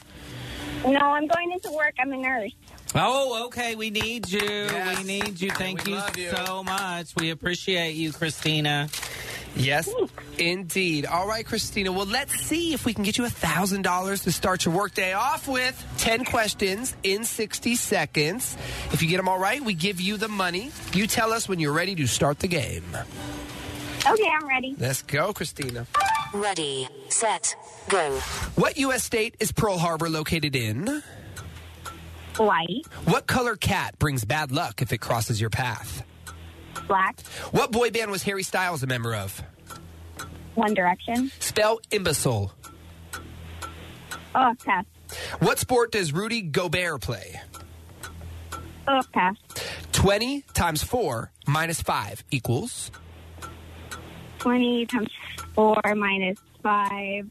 Speaker 9: No, I'm going into work. I'm a nurse.
Speaker 2: Oh, okay. We need you.
Speaker 1: Yes.
Speaker 2: We need you. Thank
Speaker 1: we
Speaker 2: you,
Speaker 1: love you.
Speaker 2: so much. We appreciate you, Christina.
Speaker 1: Yes, indeed. All right, Christina. Well, let's see if we can get you $1,000 to start your workday off with. 10 questions in 60 seconds. If you get them all right, we give you the money. You tell us when you're ready to start the game.
Speaker 9: Okay, I'm ready.
Speaker 1: Let's go, Christina.
Speaker 8: Ready, set, go.
Speaker 1: What U.S. state is Pearl Harbor located in?
Speaker 9: White,
Speaker 1: What color cat brings bad luck if it crosses your path?
Speaker 9: black,
Speaker 1: What boy band was Harry Styles a member of?
Speaker 9: One Direction.
Speaker 1: Spell imbecile.
Speaker 9: Oh, pass.
Speaker 1: What sport does Rudy Gobert play?
Speaker 9: Oh, pass.
Speaker 1: 20 times 4 minus 5 equals
Speaker 11: 20 times 4 minus 5.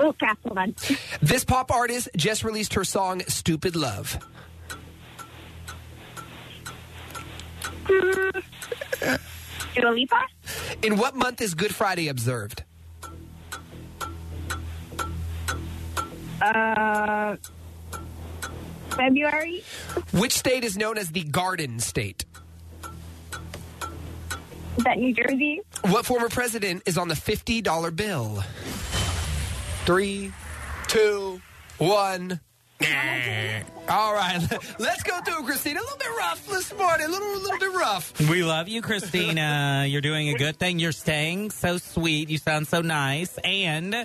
Speaker 11: Oh, crap, hold on.
Speaker 1: This pop artist just released her song Stupid Love.
Speaker 11: Dua Lipa?
Speaker 1: In what month is Good Friday observed?
Speaker 11: Uh, February?
Speaker 1: Which state is known as the Garden State?
Speaker 11: Is that New Jersey?
Speaker 1: What former president is on the $50 bill? Three, two, one. All right, let's go through, Christina. A little bit rough this morning, a little, a little bit rough.
Speaker 2: We love you, Christina. You're doing a good thing. You're staying so sweet. You sound so nice. And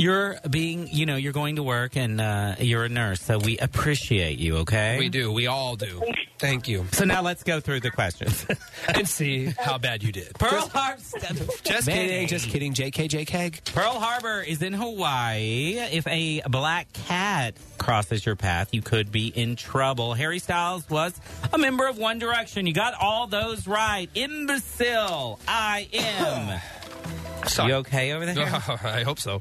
Speaker 2: you're being, you know, you're going to work and uh, you're a nurse. So we appreciate you, okay?
Speaker 1: We do. We all do. Thank you.
Speaker 2: So now let's go through the questions.
Speaker 1: and see how bad you did.
Speaker 2: Pearl Harbor.
Speaker 1: Just
Speaker 2: Man.
Speaker 1: kidding, just kidding. JK, JK.
Speaker 2: Pearl Harbor is in Hawaii. If a black cat crosses your path, you could be in trouble. Harry Styles was a member of One Direction. You got all those right. Imbecile, I am.
Speaker 1: Sorry.
Speaker 2: You okay over there?
Speaker 1: I hope so.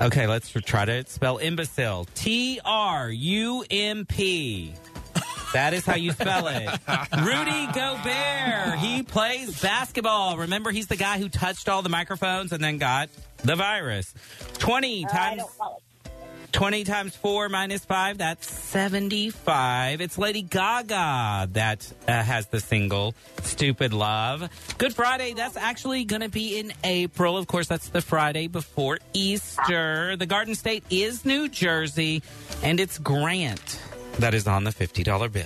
Speaker 2: Okay, let's try to spell imbecile. T R U M P. That is how you spell it. Rudy Gobert. He plays basketball. Remember, he's the guy who touched all the microphones and then got the virus. 20 times 20 times 4 minus 5, that's 75. It's Lady Gaga that uh, has the single Stupid Love. Good Friday, that's actually going to be in April. Of course, that's the Friday before Easter. The Garden State is New Jersey, and it's Grant that is on the $50 bill.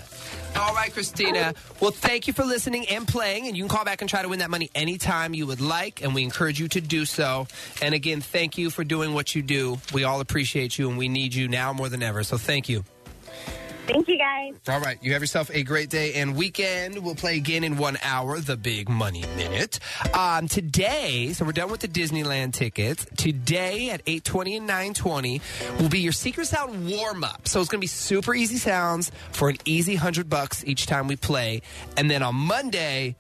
Speaker 1: All right, Christina. Well, thank you for listening and playing. And you can call back and try to win that money anytime you would like. And we encourage you to do so. And again, thank you for doing what you do. We all appreciate you and we need you now more than ever. So thank you.
Speaker 11: Thank you, guys.
Speaker 1: All right. You have yourself a great day and weekend. We'll play again in one hour, the Big Money Minute. Um, today, so we're done with the Disneyland tickets. Today at 8.20 and 9.20 will be your Secret Sound warm-up. So it's going to be super easy sounds for an easy 100 bucks each time we play. And then on Monday...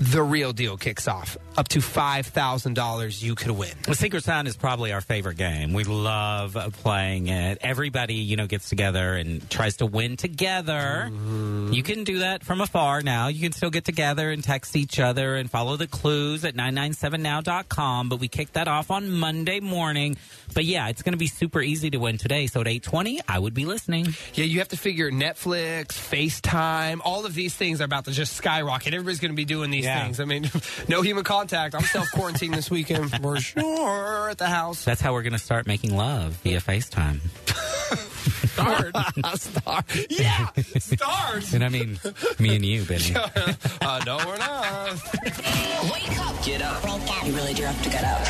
Speaker 1: The real deal kicks off. Up to $5,000 you could win.
Speaker 2: The Secret Sound is probably our favorite game. We love playing it. Everybody, you know, gets together and tries to win together. You can do that from afar now. You can still get together and text each other and follow the clues at 997now.com. But we kick that off on Monday morning. But yeah, it's going to be super easy to win today. So at 820, I would be listening.
Speaker 1: Yeah, you have to figure Netflix, FaceTime, all of these things are about to just skyrocket. Everybody's going to be doing these
Speaker 2: Yeah.
Speaker 1: things. I mean, no human contact. I'm self quarantined this weekend for sure at the house.
Speaker 2: That's how we're going to start making love via FaceTime.
Speaker 1: Start. Start. Yeah, start.
Speaker 2: And I mean, me and you, Benny.
Speaker 1: uh, no, we're not.
Speaker 8: Wake up.
Speaker 4: Get up.
Speaker 8: You really do have to get up.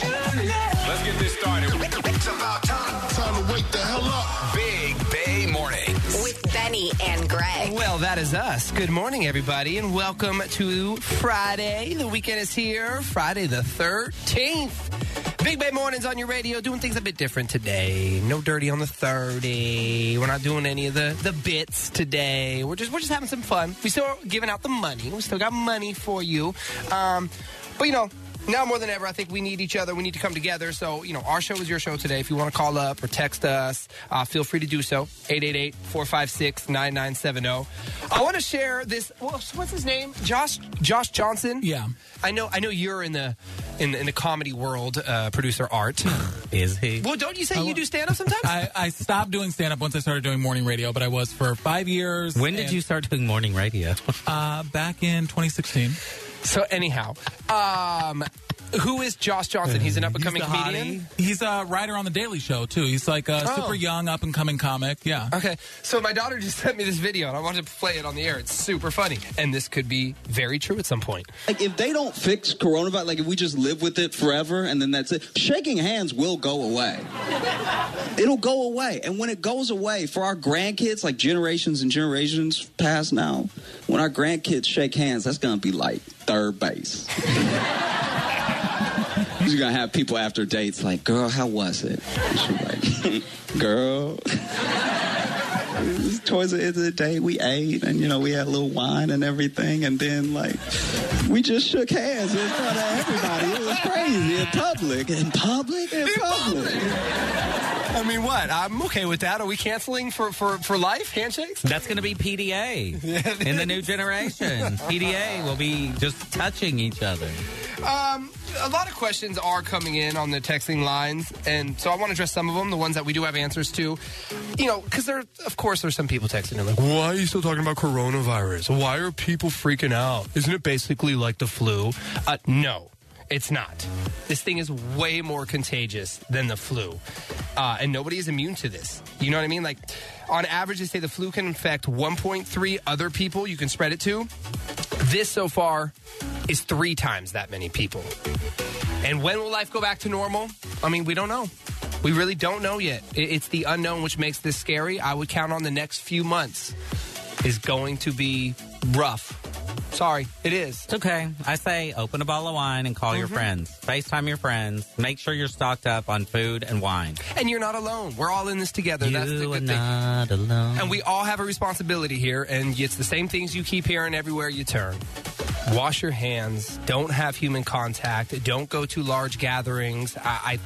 Speaker 5: Let's get this started. It's about time. Time to wake the hell up. Big Bay Morning.
Speaker 8: With Benny and Greg.
Speaker 1: Well, that is us. Good morning, everybody, and welcome to Friday. The weekend is here, Friday the 13th. Big Bay Mornings on your radio, doing things a bit different today. No dirty on the 30. We're not doing any of the, the bits today. We're just we're just having some fun. We still are giving out the money. We still got money for you. Um, but you know, now more than ever, I think we need each other. We need to come together. So, you know, our show is your show today. If you want to call up or text us, uh, feel free to do so. 888 456 9970. I want to share this. well, What's his name? Josh Josh Johnson?
Speaker 3: Yeah.
Speaker 1: I know I know you're in the in, the- in the comedy world, uh, producer art.
Speaker 2: Is he?
Speaker 1: well, don't you say you do stand up sometimes?
Speaker 3: I, I stopped doing stand up once I started doing morning radio, but I was for five years.
Speaker 2: When did
Speaker 3: and,
Speaker 2: you start doing morning radio?
Speaker 3: Uh, back in 2016.
Speaker 1: so, anyhow, um, who is Josh Johnson? He's an up and coming
Speaker 3: Uh, He's the hottie.
Speaker 1: comedian.
Speaker 3: He's a writer on The Daily Show, too. He's like a
Speaker 1: Oh.
Speaker 3: super young, up and coming comic. Yeah.
Speaker 1: Okay, so my daughter just sent me this video, and I wanted to play it on the air. It's super funny, and this could be very true at some point.
Speaker 12: Like if they don't fix coronavirus, like if we just live with it forever and then that's it, shaking hands will go away. It'll go away. And when it goes away for our grandkids, like generations and generations past now, when our grandkids shake hands, that's gonna be like third base. You're gonna have people after dates like, girl, how was it? And she's like, girl. towards the end of the day, we ate and, you know, we had a little wine and everything. And then, like, we just shook hands in front of everybody. It was crazy in public. In public? In public.
Speaker 1: I mean, what? I'm okay with that. Are we canceling for, for, for life? Handshakes?
Speaker 2: That's going to be PDA in the new generation. PDA will be just touching each other.
Speaker 1: Um, a lot of questions are coming in on the texting lines, and so I want to address some of them, the ones that we do have answers to. You know, because there, of course, there's some people texting in like, "Why are you still talking about coronavirus? Why are people freaking out? Isn't it basically like the flu?" Uh, no, it's not. This thing is way more contagious than the flu, uh, and nobody is immune to this. You know what I mean? Like, on average, they say the flu can infect 1.3 other people. You can spread it to. This so far is three times that many people. And when will life go back to normal? I mean, we don't know. We really don't know yet. I- It's the unknown which makes this scary. I would count on the next few months is going to be rough. Sorry, it is. Mm-hmm.
Speaker 2: It's okay. I say open a bottle of wine and call your friends. FaceTime your friends. Make sure you're stocked up on food and wine.
Speaker 1: And you're not alone. We're all in this together. That's the
Speaker 2: You are
Speaker 1: good thing.
Speaker 2: not alone.
Speaker 1: And we all have a responsibility here, and it's the same things you keep hearing everywhere you turn. Wash your hands. Don't have human contact. Don't go to large gatherings. I,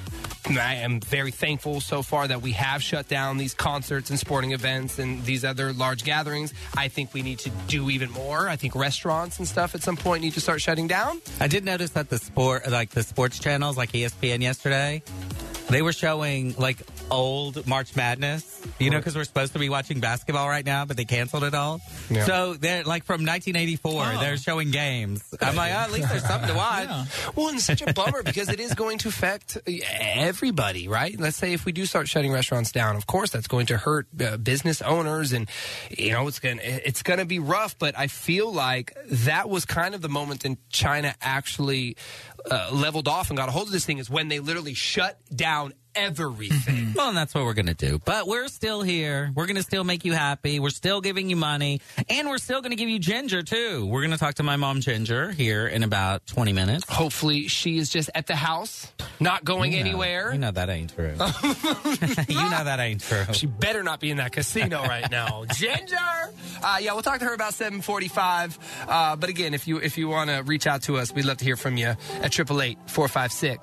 Speaker 1: I, I am very thankful so far that we have shut down these concerts and sporting events and these other large gatherings. I think we need to do even more. I think restaurants and stuff at some point need to start shutting down.
Speaker 2: I did notice that the sport, like the sports channels, like E ESPN yesterday, they were showing like old March Madness. You know, because we're supposed to be watching basketball right now, but they canceled it all.
Speaker 1: Yeah. Oh.
Speaker 2: So they're like from 1984, they're showing games. I'm like, oh, at least there's something to watch.
Speaker 1: Well, and it's such a bummer because it is going to affect everybody, right? Let's say if we do start shutting restaurants down, of course that's going to hurt uh, business owners, and you know it's going to it's going to be rough. But I feel like that was kind of the moment in China actually uh, leveled off and got a hold of this thing is when they literally shut down everything.
Speaker 2: Well, and that's what we're going to do. But we're still here. We're going to still make you happy. We're still giving you money. And we're still going to give you Ginger, too. We're going to talk to my mom, Ginger, here in about 20 minutes.
Speaker 1: Hopefully, she is just at the house, not going anywhere.
Speaker 2: You know that ain't true. you know that ain't true.
Speaker 1: She better not be in that casino right now. Ginger. Uh, yeah, we'll talk to her about 7:45. Uh, but again, if you if you want to reach out to us, we'd love to hear from you at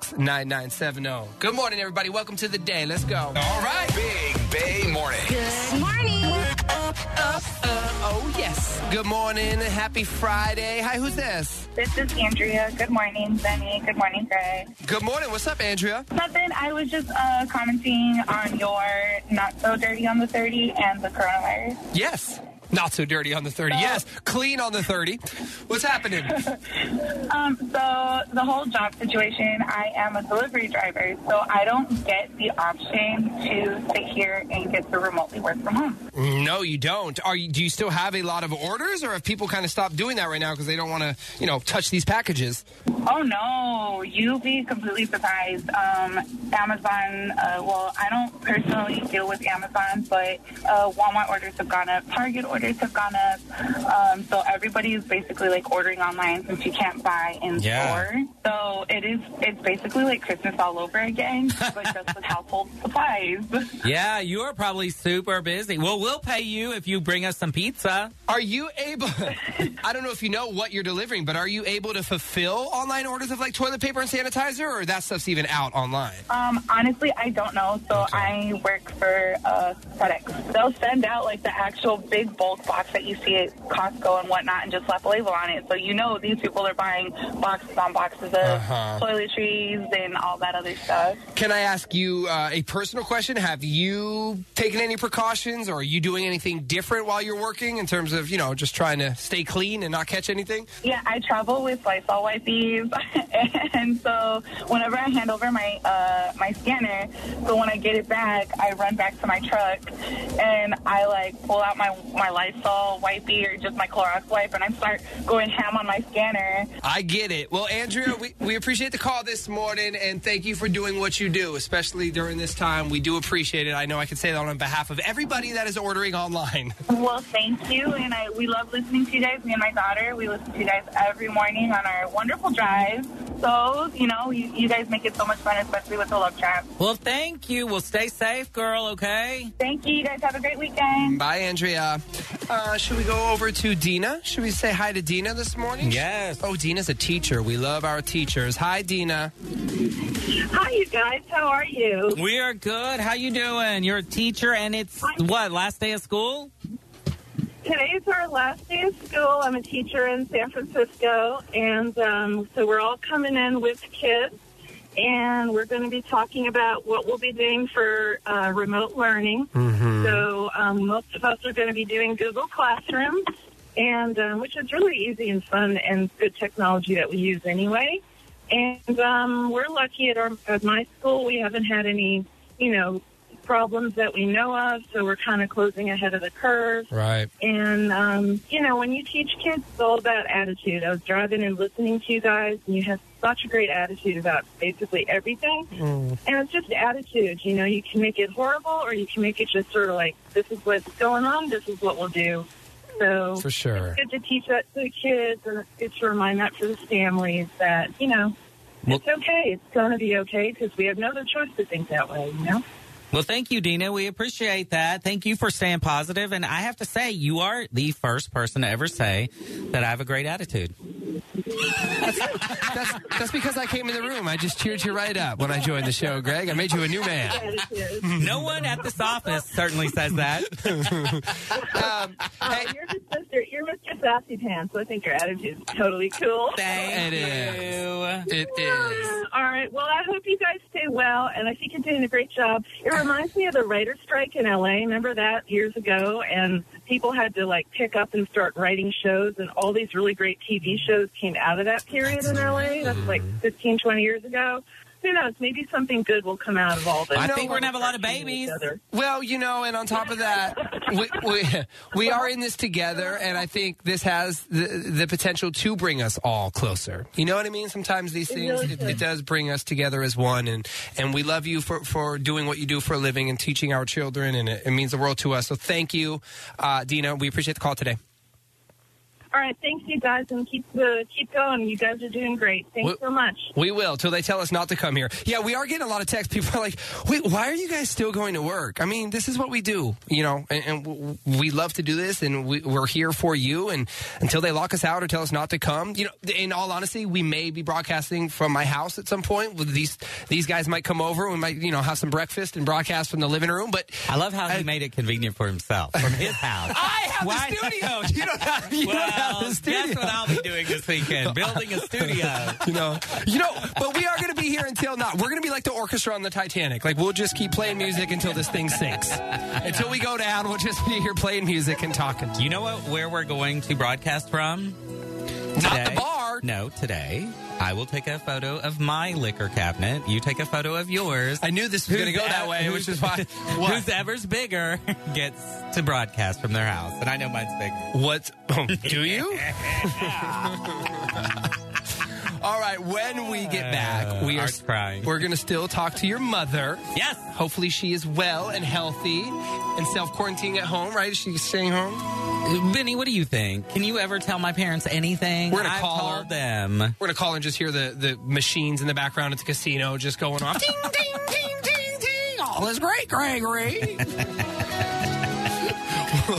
Speaker 1: 888-456-9970. Good morning, everybody. Welcome to the day. Let's go. All right.
Speaker 5: Big Bay Morning.
Speaker 1: Good morning. Up, up, up. Oh yes. Good morning. Happy Friday. Hi, who's this?
Speaker 11: This is Andrea. Good morning, Benny. Good morning, Greg.
Speaker 1: Good morning. What's up, Andrea?
Speaker 11: Nothing. I was just uh, commenting on your not so dirty on the 30 and the coronavirus.
Speaker 1: Yes. Not so dirty on the 30. Yes. Clean on the 30. What's happening?
Speaker 11: Um, so the whole job situation, I am a delivery driver, so I don't get the option to sit here and get to remotely work from home.
Speaker 1: No, you don't. Are you, do you still have a lot of orders, or have people kind of stopped doing that right now because they don't want to, you know, touch these packages?
Speaker 11: Oh no, you'd be completely surprised. Um, Amazon, uh, well, I don't personally deal with Amazon, but uh, Walmart orders have gone up, Target orders have gone up. Um, so everybody is basically like ordering online since you can't buy in
Speaker 2: Yeah.
Speaker 11: store. So it is, it's basically like Christmas all over again, but just with household supplies.
Speaker 2: Yeah, you are probably super busy. Well, we'll pay you if you bring us some pizza.
Speaker 1: Are you able? I don't know if you know what you're delivering, but are you able to fulfill online orders of like toilet paper and sanitizer, or that stuff's even out online?
Speaker 11: Um, honestly, I don't know. So I work for uh, FedEx. They'll send out like the actual big bulk box that you see at Costco and whatnot, and just slap a label on it. So you know these people are buying boxes on boxes of
Speaker 1: Uh-huh.
Speaker 11: toiletries and all that other stuff.
Speaker 1: Can I ask you uh, a personal question? Have you taken any precautions, or are you doing anything different while you're working in terms of, you know, just trying to stay clean and not catch anything?
Speaker 11: Yeah, I travel with Lysol wipes, and so whenever I hand over my uh, my scanner, so when I get it back, I run back to my truck, and I like pull out my my Lysol wipey or just my Clorox wipe, and I start going ham on my scanner.
Speaker 1: I get it. Well, Andrea, we, we appreciate the call this morning and thank you for doing what you do, especially during this time. We do appreciate it. I know I can say that on behalf of everybody that is ordering online.
Speaker 11: Well, thank you, and I we love listening to you guys. Me and my daughter, we listen to you guys every morning on our wonderful drive guys. So, you know, you, you guys make it so much fun, especially with the love trap.
Speaker 2: Well, thank you. Well, stay safe, girl, okay?
Speaker 11: Thank you. You guys have a great weekend.
Speaker 1: Bye, Andrea. Uh, should we go over to Dina? Should we say hi to Dina this morning? Yes. Oh, Dina's a teacher. We love our teachers. Hi, Dina.
Speaker 13: Hi, you guys. How are you?
Speaker 2: We are good. How you doing? You're a teacher, and it's what last day of school?
Speaker 13: Today's our last day of school. I'm a teacher in San Francisco, and um, so we're all coming in with kids, and we're going to be talking about what we'll be doing for uh, remote learning. So um, most of us are going to be doing Google Classroom, and um, which is really easy and fun and good technology that we use anyway. And um, we're lucky at our at my school we haven't had any you know problems that we know of, so we're kind of closing ahead of the curve.
Speaker 1: Right.
Speaker 13: And, um, you know, when you teach kids, it's all about attitude. I was driving and listening to you guys, and you have such a great attitude about basically everything. And it's just attitude. You know, you can make it horrible or you can make it just sort of like, this is what's going on, this is what we'll do. So
Speaker 1: For sure.
Speaker 13: it's good to teach that to the kids, and it's good to remind that to the families that, you know, it's okay. It's going to be okay because we have no other choice to think that way, you know?
Speaker 2: Well, thank you, Dina. We appreciate that. Thank you for staying positive. And I have to say, you are the first person to ever say that I have a great attitude.
Speaker 1: that's, that's because I came in the room. I just cheered you right up when I joined the show, Greg. I made you a new man.
Speaker 2: no one at this office certainly says that.
Speaker 1: Um,
Speaker 13: Uh, you're just Mr. You're Mr. Sassy Pants. So I think your attitude's totally cool.
Speaker 2: Thank
Speaker 1: It is. It is.
Speaker 13: All right. Well, I hope you guys stay well, and I think you're doing a great job. It reminds me of the writer strike in LA. Remember that years ago, and people had to like pick up and start writing shows, and all these really great TV shows came out of that period in LA. That's like
Speaker 1: Mm-hmm.
Speaker 13: 15, 20 years ago. Who knows? Maybe something good will come out of all this.
Speaker 1: I think we're gonna have a
Speaker 13: lot
Speaker 2: of babies.
Speaker 1: Well, you know, and on top of that, we, we, we are in this together, and I think this has the, the potential to bring us all closer. You know what I mean? Sometimes these
Speaker 13: It
Speaker 1: things,
Speaker 13: really
Speaker 1: it,
Speaker 13: does.
Speaker 1: it does bring us together as one, and, and we love you for, for doing what you do for a living and teaching our children, and it, it means the world to us. So thank you, uh, Dina. We appreciate the call today.
Speaker 13: All right. Thanks, you guys, and keep uh, keep going. You guys are doing great. Thanks
Speaker 1: Well-
Speaker 13: so much.
Speaker 1: We will till they tell us not to come here. Yeah, we are getting a lot of texts. People are like, "Wait, why are you guys still going to work?" I mean, this is what we do, you know, and, and w- w- we love to do this, and we, we're here for you. And until they lock us out or tell us not to come, you know, th- in all honesty, we may be broadcasting from my house at some point. With These these guys might come over. We might, you know, have some breakfast and broadcast from the living room. But
Speaker 2: I love how he made it convenient for himself from his house.
Speaker 1: I have the studio. You don't have, you don't have the studio.
Speaker 2: That's what I'll be doing this weekend: building a studio.
Speaker 1: you know, you know, but we are going to be here until not. We're going to be like the orchestra on the Titanic. Like we'll just keep playing music until this thing sinks. until we go down, we'll just be here playing music and talking.
Speaker 2: You know what? Where we're going to broadcast from? Not the
Speaker 1: bar.
Speaker 2: No, today I will take a photo of my liquor cabinet. You take a photo of yours. I
Speaker 1: knew this was gonna go that way, which is why- What?
Speaker 2: Who's ever's bigger gets to broadcast from their house, and I know mine's bigger.
Speaker 1: What? Oh, do you? All right, when we get back, we are
Speaker 2: Art's Uh, crying.
Speaker 1: We're going to still talk to your mother.
Speaker 2: Yes.
Speaker 1: Hopefully, she is well and healthy and self quarantining at home. Right? Is she staying home?
Speaker 2: Benny, what do you think? Can you ever tell my parents anything?
Speaker 1: We're gonna
Speaker 2: I've
Speaker 1: call her.
Speaker 2: told them. We're
Speaker 1: gonna call and just hear the the machines in the background at the casino just going off. ding ding ding ding ding. All is great, Gregory.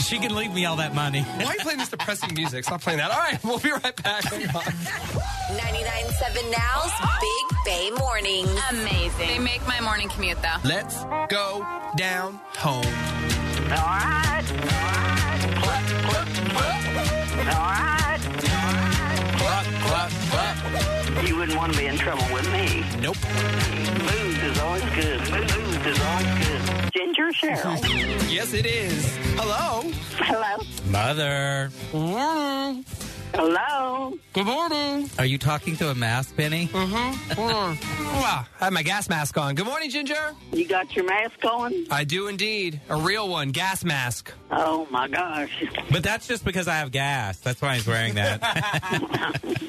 Speaker 2: she can leave me all that money.
Speaker 1: Why are you playing this depressing music? Stop playing that. All right, we'll be right back. Hang on.
Speaker 8: 99.7 Now's Big Bay Mornings. Amazing.
Speaker 14: They make my morning commute though.
Speaker 1: Let's go down home.
Speaker 14: All right.
Speaker 15: You wouldn't want to be in trouble with me.
Speaker 1: Nope.
Speaker 15: Booze is always good. Booze is always good. Ginger Cheryl.
Speaker 1: yes, it is. Hello.
Speaker 15: Hello.
Speaker 2: Mother,
Speaker 15: Hello.
Speaker 1: Good morning.
Speaker 2: are you talking through a mask, Benny?
Speaker 1: Mm-hmm. wow, I have my gas mask on. Good morning, Ginger.
Speaker 15: You got your mask on?
Speaker 1: I do indeed. A real one, gas mask.
Speaker 15: Oh my gosh.
Speaker 2: But that's just because I have gas. That's why he's wearing that.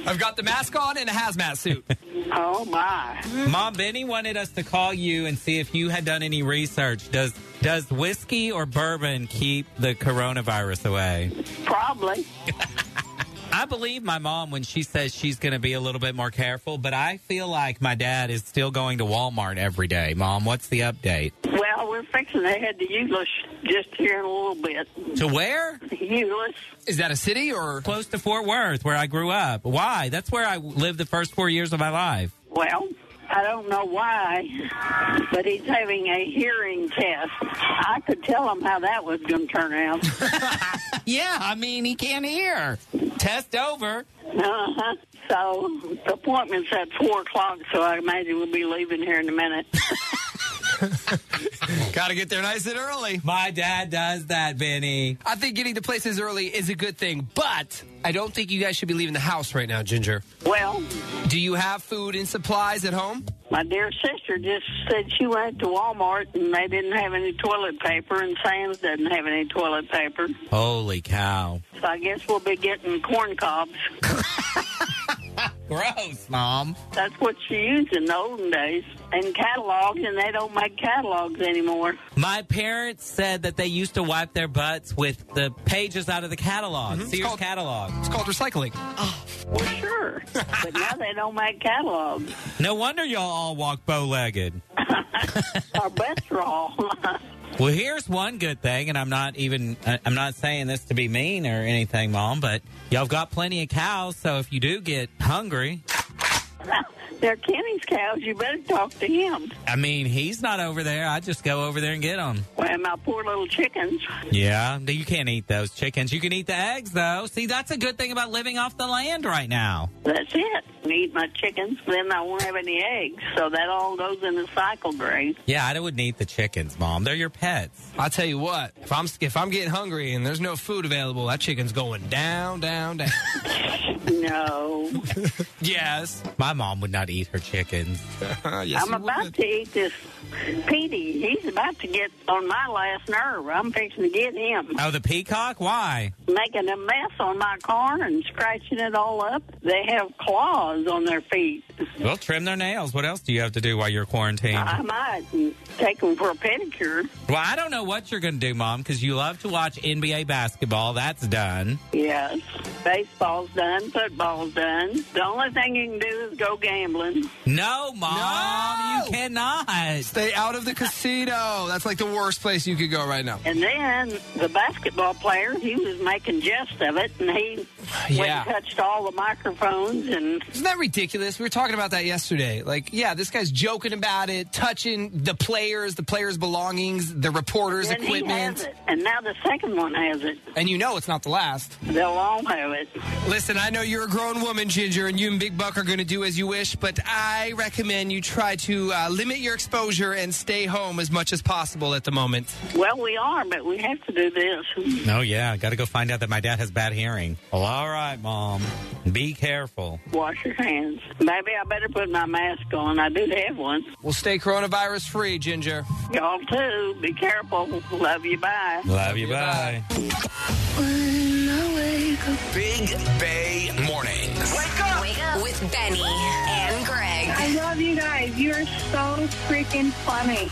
Speaker 1: I've got the mask on and a hazmat suit.
Speaker 15: Oh my.
Speaker 2: Mom Benny wanted us to call you and see if you had done any research. Does does whiskey or bourbon keep the coronavirus away?
Speaker 15: Probably.
Speaker 2: I believe my mom when she says she's going to be a little bit more careful, but I feel like my dad is still going to Walmart every day. Mom, what's the update?
Speaker 15: Well, we're fixing to head to Euless just here in a little bit.
Speaker 2: To where?
Speaker 15: Euless.
Speaker 1: Is that a city or
Speaker 2: close to Fort Worth, where I grew up? Why? That's where I lived the first four years of my life.
Speaker 15: Well, I don't know why, but he's having a hearing test. I could tell him how that was going to turn out.
Speaker 2: Yeah, I mean he can't hear. Test over.
Speaker 15: Uh-huh. So the appointment's at four o'clock, so I imagine we'll be leaving here in a minute.
Speaker 1: Got to get there nice and early.
Speaker 2: My dad does that, Benny.
Speaker 1: I think getting to places early is a good thing, but I don't think you guys should be leaving the house right now, Ginger.
Speaker 15: Well,
Speaker 1: do you have food and supplies at home?
Speaker 15: My dear sister just said she went to Walmart and they didn't have any toilet paper, and Sam's doesn't have any toilet paper.
Speaker 2: Holy cow!
Speaker 15: So I guess we'll be getting corn cobs.
Speaker 2: Gross, mom.
Speaker 15: That's what you used in the olden days. And catalogs, and they don't make catalogs anymore.
Speaker 2: My parents said that they used to wipe their butts with the pages out of the catalog, Sears catalog.
Speaker 1: It's called recycling.
Speaker 15: Well, sure. but now they don't make catalogs.
Speaker 2: No wonder y'all all walk bow-legged.
Speaker 15: Our butts are all.
Speaker 2: Well, here's one good thing, and I'm not even I- I'm not saying this to be mean or anything, mom, but y'all've got plenty of cows, so if you do get hungry,
Speaker 15: They're Kenny's cows. You better talk to him.
Speaker 2: I mean, he's not over there. I just go over there and get them.
Speaker 15: Well, my poor little chickens.
Speaker 2: Yeah, you can't eat those chickens. You can eat the eggs, though. See, that's a good thing about living off the land right now.
Speaker 15: That's it. I eat my chickens, then I won't have any eggs. So that all goes in the cycle grave.
Speaker 2: Yeah, I wouldn't eat the chickens, mom. They're your pets.
Speaker 1: I'll tell you what. If I'm if I'm getting hungry and there's no food available, that chicken's going down, down, down.
Speaker 15: No.
Speaker 1: yes.
Speaker 2: My mom would not eat her chickens.
Speaker 15: I'm about to eat this Petey. He's about to get on my last nerve. I'm fixing to get him.
Speaker 2: Oh, the peacock? Why?
Speaker 15: Making a mess on my corn and scratching it all up. They have claws on their feet.
Speaker 2: Well, trim their nails. What else do you have to do while you're quarantined?
Speaker 15: I might take them for a pedicure.
Speaker 2: Well, I don't know what you're going to do, Mom, because you love to watch NBA basketball. That's done.
Speaker 15: Yes. Baseball's done. Football's done. The only thing you can do is go gambling.
Speaker 2: No, Mom, you cannot.
Speaker 1: Stay out of the casino. That's like the worst place you could go right now.
Speaker 15: And then the basketball player, he was making jest of it, and he went
Speaker 1: Yeah.
Speaker 15: and touched all the microphones and
Speaker 1: Isn't that ridiculous? We were talking about that yesterday. Like, yeah, this guy's joking about it, touching the players, the players' belongings, the reporters'
Speaker 15: then he has
Speaker 1: equipment.
Speaker 15: it. And now the second one has it.
Speaker 1: And you know it's not the last.
Speaker 15: They'll all have it.
Speaker 1: Listen, I know you're a grown woman, Ginger, and you and Big Buck are going to do as you wish, but I recommend you try to uh, limit your exposure and stay home as much as possible at the moment.
Speaker 15: Well, we are, but we have to do this.
Speaker 2: Oh, yeah. Got to go find out that my dad has bad hearing. Well, all right, Mom. Be careful.
Speaker 15: Wash your hands. Maybe I better put my mask on. I do have one.
Speaker 1: We'll stay coronavirus free, Ginger.
Speaker 15: Y'all too. Be careful. Love you. Bye.
Speaker 2: Love you. Bye.
Speaker 8: Big Bay Mornings.
Speaker 16: Wake up! Wake up with Benny and Greg.
Speaker 17: I love you guys. You are so freaking funny.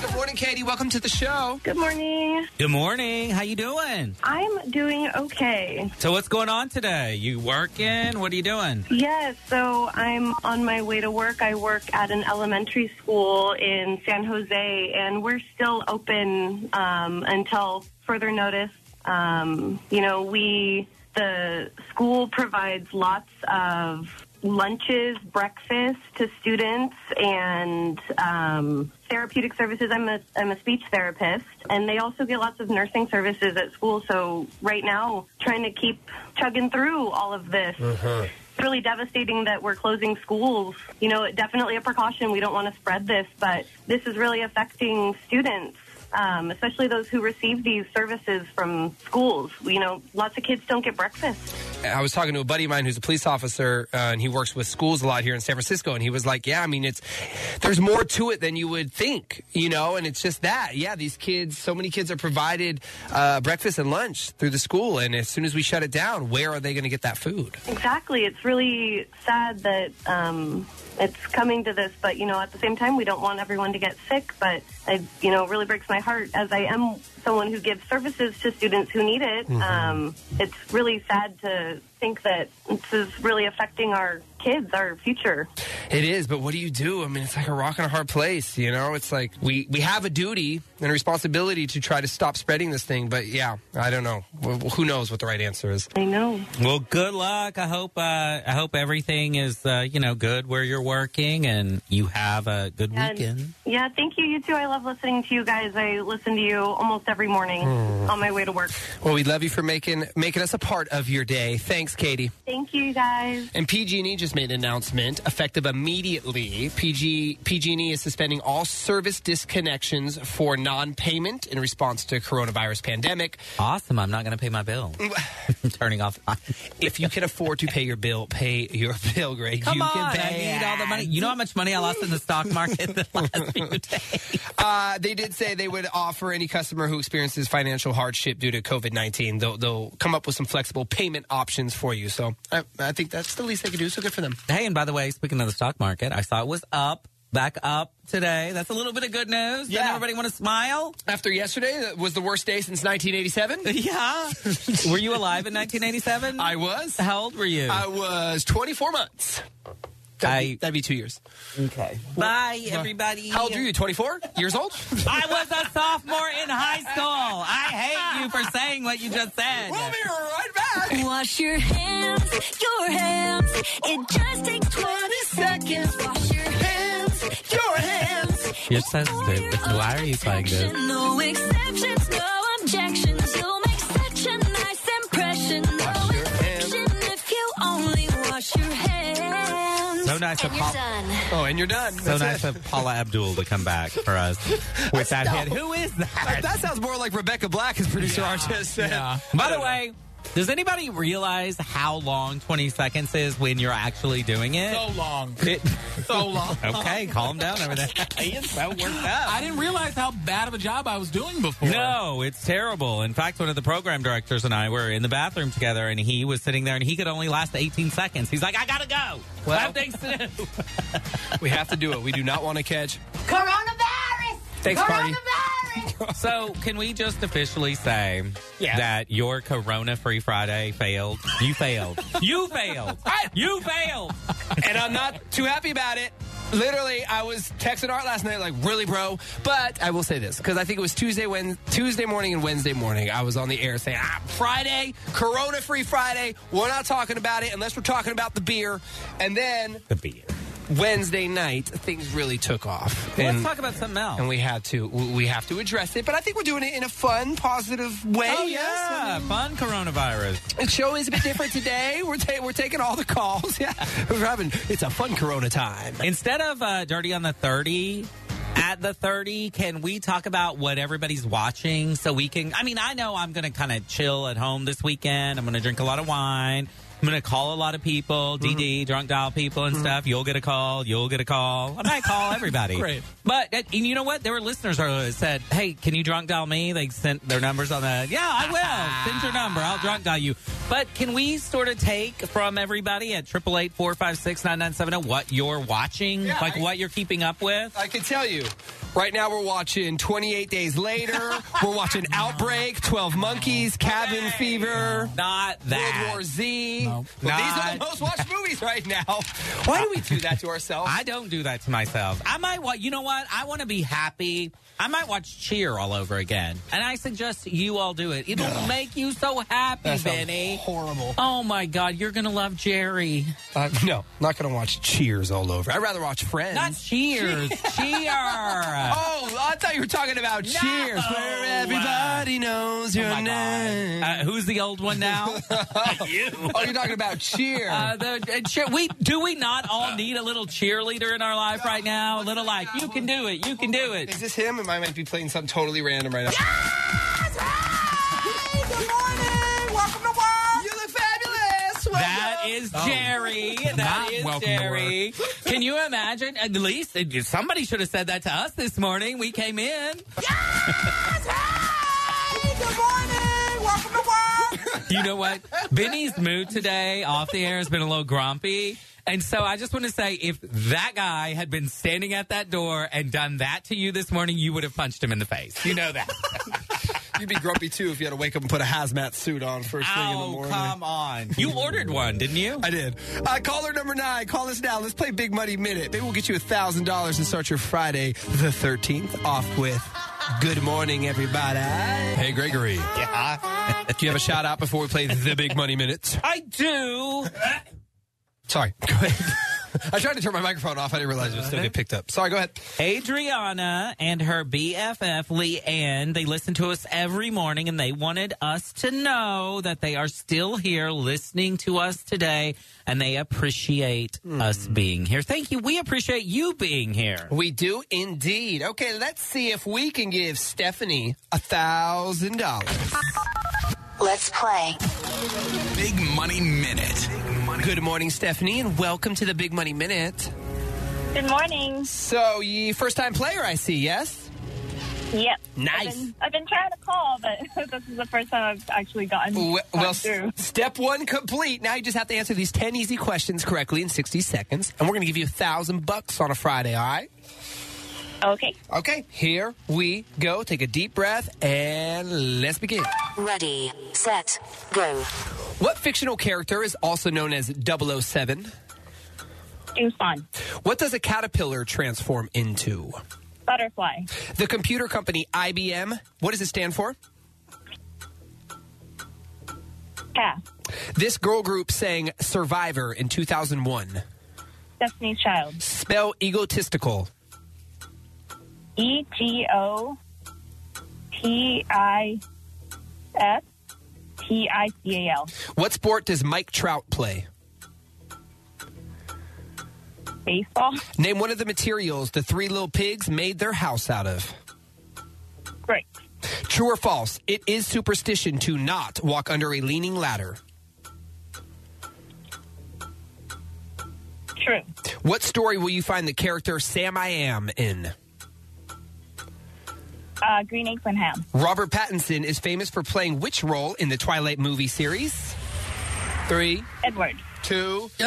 Speaker 1: Good morning, Katie. Welcome to the show.
Speaker 17: Good morning.
Speaker 2: Good morning. How you doing?
Speaker 17: I'm doing okay.
Speaker 2: So what's going on today? You working? What are you doing?
Speaker 17: Yes, so I'm on my way to work. I work at an elementary school in San Jose, and we're still open um, until further notice. Um, you know, we the school provides lots of lunches, breakfast to students, and um, therapeutic services. I'm a I'm a speech therapist, and they also get lots of nursing services at school. So right now, trying to keep chugging through all of this it's really devastating that we're closing schools. You know, it- definitely a precaution. We don't want to spread this, but this is really affecting students. Um, especially those who receive these services from schools. You know, lots of kids don't get breakfast.
Speaker 1: I was talking to a buddy of mine who's a police officer, uh, and he works with schools a lot here in San Francisco. And he was like, "Yeah, I mean, it's there's more to it than you would think, you know." And it's just that, yeah, these kids, so many kids are provided uh, breakfast and lunch through the school, and as soon as we shut it down, where are they going to get that food?
Speaker 17: Exactly. It's really sad that um, it's coming to this, but you know, at the same time, we don't want everyone to get sick. But it, you know, really breaks my heart as I am
Speaker 13: someone who gives services to students who need it.
Speaker 17: Mhm.
Speaker 13: Um, it's really sad to think that this is really affecting our kids, our future.
Speaker 1: It is, but what do you do? I mean, it's like a rock and a hard place, you know? It's like we, we have a duty and a responsibility to try to stop spreading this thing, but yeah, I don't know. Well, who knows what the right answer is?
Speaker 13: I know.
Speaker 2: Well, good luck. I hope uh, I hope everything is uh, you know good where you're working, and you have a good
Speaker 13: And-
Speaker 2: weekend.
Speaker 13: Yeah, thank you. You too. I love listening to you guys. I listen to you almost every morning
Speaker 1: Mm.
Speaker 13: on my way to work.
Speaker 1: Well, we love you for making making us a part of your day. Thanks, Katie.
Speaker 13: Thank you, guys.
Speaker 1: And PG&E just made an announcement effective immediately. PG PG&E E is suspending all service disconnections for non-payment in response to coronavirus pandemic.
Speaker 2: Awesome. I'm not going to pay my bill. I'm turning off.
Speaker 1: if you can afford to pay your bill, pay your bill, Greg.
Speaker 2: Come
Speaker 1: you
Speaker 2: on,
Speaker 1: can
Speaker 2: I
Speaker 1: pay
Speaker 2: need all the money. You know how much money I lost in the stock market the last few days.
Speaker 1: Uh, they did say they would offer any customer who experiences financial hardship due to COVID 19, they'll, they'll come up with some flexible payment options for you. So I, I think that's the least they could do. So good for them.
Speaker 2: Hey, and by the way, speaking of the stock market, I saw it was up, back up today. That's a little bit of good news. Yeah. everybody want to smile?
Speaker 1: After yesterday, that was the worst day since 1987.
Speaker 2: Yeah. were you alive in 1987?
Speaker 1: I was.
Speaker 2: How old were you?
Speaker 1: I was 24 months. That'd, be, that'd be two years.
Speaker 2: Okay. Bye, everybody.
Speaker 1: How old are you? 24 years old?
Speaker 2: I was a sophomore in high school. I hate you for saying what you just said. We'll
Speaker 1: be right back.
Speaker 18: Wash your hands, your hands. It just takes 20 seconds. Wash your hands, your hands.
Speaker 2: You're so stupid. Why are you playing this?
Speaker 18: No exceptions, no objections. You'll make such a nice impression. No infection if you only wash your hands.
Speaker 2: So nice
Speaker 18: and
Speaker 2: of
Speaker 18: you're
Speaker 2: Pop-
Speaker 18: done.
Speaker 1: Oh, and you're done.
Speaker 2: So
Speaker 1: That's
Speaker 2: nice
Speaker 1: it.
Speaker 2: of Paula Abdul to come back for us with that hit. Who is that?
Speaker 1: That sounds more like Rebecca Black, as producer yeah, artist.
Speaker 2: Yeah. By the way, does anybody realize how long 20 seconds is when you're actually doing it?
Speaker 3: So long.
Speaker 2: It-
Speaker 3: So long.
Speaker 2: okay, calm down over there. he is so worked up.
Speaker 3: I didn't realize how bad of a job I was doing before.
Speaker 2: No, it's terrible. In fact, one of the program directors and I were in the bathroom together, and he was sitting there, and he could only last 18 seconds. He's like, I gotta go. I have things to do.
Speaker 1: we have to do it. We do not want to catch.
Speaker 18: Coronavirus!
Speaker 1: Thanks, party.
Speaker 2: So, can we just officially say that your Corona Free Friday failed? You failed. you failed. You failed.
Speaker 1: and I'm not too happy about it. Literally, I was texting Art last night, like, really, bro. But I will say this because I think it was Tuesday, when Tuesday morning and Wednesday morning, I was on the air saying, ah, Friday, Corona Free Friday. We're not talking about it unless we're talking about the beer. And then
Speaker 2: the beer.
Speaker 1: Wednesday night, things really took off.
Speaker 2: Well,
Speaker 1: and,
Speaker 2: let's talk about something else.
Speaker 1: and we had to we have to address it. But I think we're doing it in a fun, positive way.
Speaker 2: Oh,
Speaker 1: yes. I
Speaker 2: yeah.
Speaker 1: mean-
Speaker 2: Fun coronavirus.
Speaker 1: the show is a bit different today. We're ta- we're taking all the calls. Yeah, we're having it's a fun Corona time.
Speaker 2: Instead of uh, Dirty on the 30, at the 30, can we talk about what everybody's watching so we can? I mean, I know I'm going to kind of chill at home this weekend. I'm going to drink a lot of wine. I'm going to call a lot of people, DD, drunk dial people and stuff. You'll get a call. You'll get a call. I might call everybody.
Speaker 3: Great.
Speaker 2: But and you know what? There were listeners earlier that said, "Hey, can you drunk dial me?" They sent their numbers on the. Yeah, I will send your number. I'll drunk dial you. But can we sort of take from everybody at triple eight four five six nine nine seven zero what you're watching,
Speaker 1: Yeah,
Speaker 2: like
Speaker 1: I-
Speaker 2: what you're keeping up with?
Speaker 1: I can tell you. Right now, we're watching 28 Days Later. we're watching Outbreak, 12 Monkeys, Cabin Fever,
Speaker 2: Not that.
Speaker 1: World War Z. Well,
Speaker 2: Not-
Speaker 1: these are the most watched movies right now. Why do we do that to ourselves?
Speaker 2: I don't do that to myself. I might watch. You know what? I want to be happy. I might watch Cheer all over again, and I suggest you all do it. It'll make you so happy,
Speaker 1: That sounds
Speaker 2: Benny.
Speaker 1: horrible.
Speaker 2: Oh my God, you're gonna love Jerry.
Speaker 1: Uh, no, not going to watch Cheers all over. I'd rather watch Friends.
Speaker 2: Not Cheers. Cheer.
Speaker 1: Oh, I thought you were talking about Cheers, where everybody knows your name.
Speaker 2: Oh, Uh, who's the old one now? you.
Speaker 1: Oh, you're talking about Cheer. Uh,
Speaker 2: Uh, the, uh, cheer, we do we not all need a little cheerleader in our life right now? A little like you can do it, you can do it.
Speaker 1: Is this him? Am I might be playing something totally random right now?
Speaker 5: Welcome to work. You look fabulous.
Speaker 2: That is
Speaker 1: Oh.
Speaker 2: Jerry. That
Speaker 3: Not
Speaker 2: is
Speaker 3: welcome to
Speaker 2: Jerry. Can you imagine? At least uh, somebody should have said that to us this morning. We came in.
Speaker 5: Good morning. Welcome to work.
Speaker 2: You know what? Benny's mood today off the air has been a little grumpy. And so I just want to say if that guy had been standing at that door and done that to you this morning, you would have punched him in the face. You know that.
Speaker 1: You'd be grumpy too if you had to wake up and put a hazmat suit on first thing in the
Speaker 2: Oh,
Speaker 1: morning.
Speaker 2: come on. You ordered one, didn't you?
Speaker 1: I did. Uh, caller number nine, call us now. Let's play Big Money Minute. Maybe we'll get you $1,000 and start your Friday, the 13th, off with Good Morning, everybody. Hey, Gregory. Yeah. Do you have a shout out before we play the Big Money Minute?
Speaker 2: I do.
Speaker 1: Sorry. Go ahead. I tried to turn my microphone off. I didn't realize it was still getting picked up. Sorry, go ahead.
Speaker 2: Adriana and her BFF Leanne, they listen to us every morning and they wanted us to know that they are still here listening to us today and they appreciate
Speaker 1: Hmm.
Speaker 2: us being here. Thank you. We appreciate you being here.
Speaker 1: We do indeed. Okay, let's see if we can give Stephanie a thousand dollars.
Speaker 8: Let's play.
Speaker 1: Big Money Minute. Good morning, Stephanie, and welcome to the Big Money Minute.
Speaker 17: Good morning.
Speaker 1: So, you first time player, I see, yes?
Speaker 17: Yep.
Speaker 1: Nice.
Speaker 17: I've been, I've been trying to call, but this is the first time I've actually gotten
Speaker 1: Well, well,
Speaker 17: gotten through.
Speaker 1: step one complete. Now you just have to answer these 10 easy questions correctly in 60 seconds, and we're going to give you a thousand bucks on a Friday, all right?
Speaker 17: Okay.
Speaker 1: Okay, here we go. Take a deep breath and let's begin.
Speaker 8: Ready, set, go.
Speaker 1: What fictional character is also known as 007?
Speaker 17: James Bond.
Speaker 1: What does a caterpillar transform into?
Speaker 2: Uh,
Speaker 17: Butterfly.
Speaker 1: The computer company IBM, what does it stand for?
Speaker 17: Pass.
Speaker 1: This girl group sang Survivor in 2001.
Speaker 17: Destiny's Child.
Speaker 1: Spell egotistical.
Speaker 17: E G O T I S T I C A L.
Speaker 1: What sport does Mike Trout play?
Speaker 17: Baseball.
Speaker 1: Name one of the materials the three little pigs made their house out of.
Speaker 17: Great.
Speaker 1: True or false? It is superstition to not walk under a leaning ladder.
Speaker 17: True.
Speaker 1: What story will you find the character Sam I Am in?
Speaker 17: Uh, green eggs and ham.
Speaker 1: Robert Pattinson is famous for playing which role in the Twilight movie series? Three.
Speaker 17: Edward.
Speaker 1: Two.
Speaker 2: We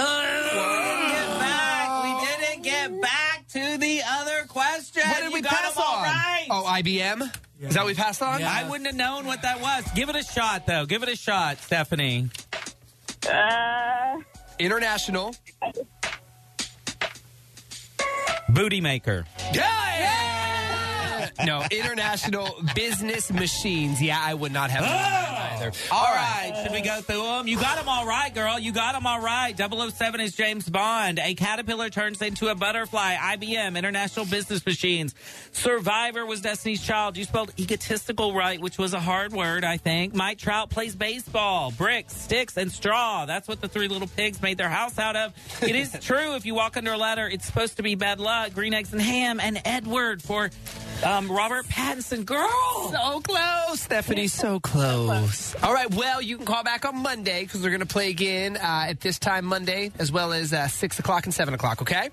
Speaker 2: didn't get back to the other question.
Speaker 1: What did
Speaker 2: You
Speaker 1: we
Speaker 2: got
Speaker 1: pass
Speaker 2: them all
Speaker 1: on?
Speaker 2: right.
Speaker 1: Oh, IBM? Is that what we passed on?
Speaker 2: I wouldn't have known what that was. Give it a shot, though. Give it a shot, Stephanie.
Speaker 17: Uh,
Speaker 1: International.
Speaker 2: Booty maker.
Speaker 1: Yeah! No, International Business Machines. Yeah, I would not have known that either.
Speaker 2: All right. Should we go through them? You got them all right, girl. You got them all right. 007 is James Bond. A caterpillar turns into a butterfly. IBM, International Business Machines. Survivor was Destiny's Child. You spelled egotistical right, which was a hard word, I think. Mike Trout plays baseball. Bricks, sticks, and straw. That's what the three little pigs made their house out of. It is true. If you walk under a ladder, it's supposed to be bad luck. Green eggs and ham. And Edward for um, Robert Pattinson. Girl.
Speaker 1: So close, Stephanie. So close. All right. Well, you can call back on Monday because we're going to play again uh, at this time Monday, as well as uh, six o'clock and seven o'clock. Okay.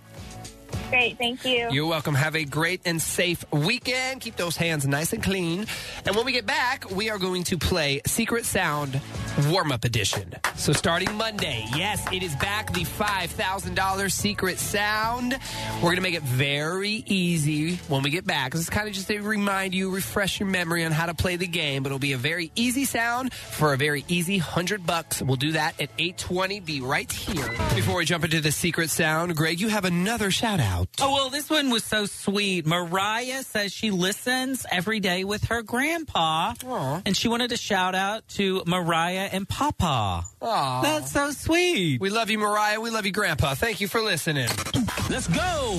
Speaker 17: Great. Thank you.
Speaker 1: You're welcome. Have a great and safe weekend. Keep those hands nice and clean. And when we get back, we are going to play Secret Sound Warm Up Edition. So starting Monday, yes, it is back the $5,000 Secret Sound. We're going to make it very easy when we get back. This is kind of just to remind you, refresh your memory on how to play the game, but it'll be a very easy sound for a very easy 100 bucks. We'll do that at 820. Be right here. Before we jump into the Secret Sound, Greg, you have another shout out.
Speaker 2: Oh, well, this one was so sweet. Mariah says she listens every day with her grandpa. And she wanted to shout out to Mariah and Papa.
Speaker 1: Aw.
Speaker 2: That's so sweet.
Speaker 1: We love you, Mariah. We love you, Grandpa. Thank you for listening.
Speaker 2: Let's go.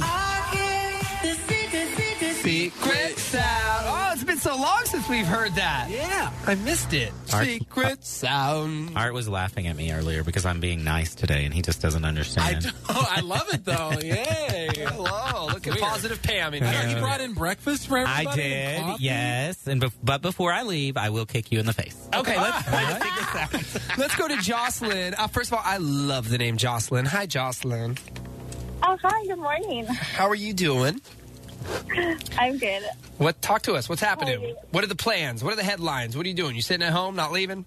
Speaker 1: Secret sound. Oh, it's been so long since we've heard that. Yeah. I missed it. Secret sound.
Speaker 2: Art was laughing at me earlier because I'm being nice today and he just doesn't understand.
Speaker 3: Oh, I love it though. Yay!
Speaker 1: Hello, look at positive Pam in
Speaker 3: I know,
Speaker 1: here.
Speaker 3: you brought in breakfast for everybody.
Speaker 2: I
Speaker 3: and
Speaker 2: did,
Speaker 3: coffee.
Speaker 2: yes. And bef but before I leave, I will kick you in the face.
Speaker 1: Okay, let's Let's go to Jocelyn. Uh, first of all, I love the name Jocelyn. Hi, Jocelyn.
Speaker 19: Oh, hi. Good morning.
Speaker 1: How are you doing?
Speaker 19: I'm good.
Speaker 1: What? Talk to us. What's happening? What are the plans? What are the headlines? What are you doing? You sitting at home, not leaving?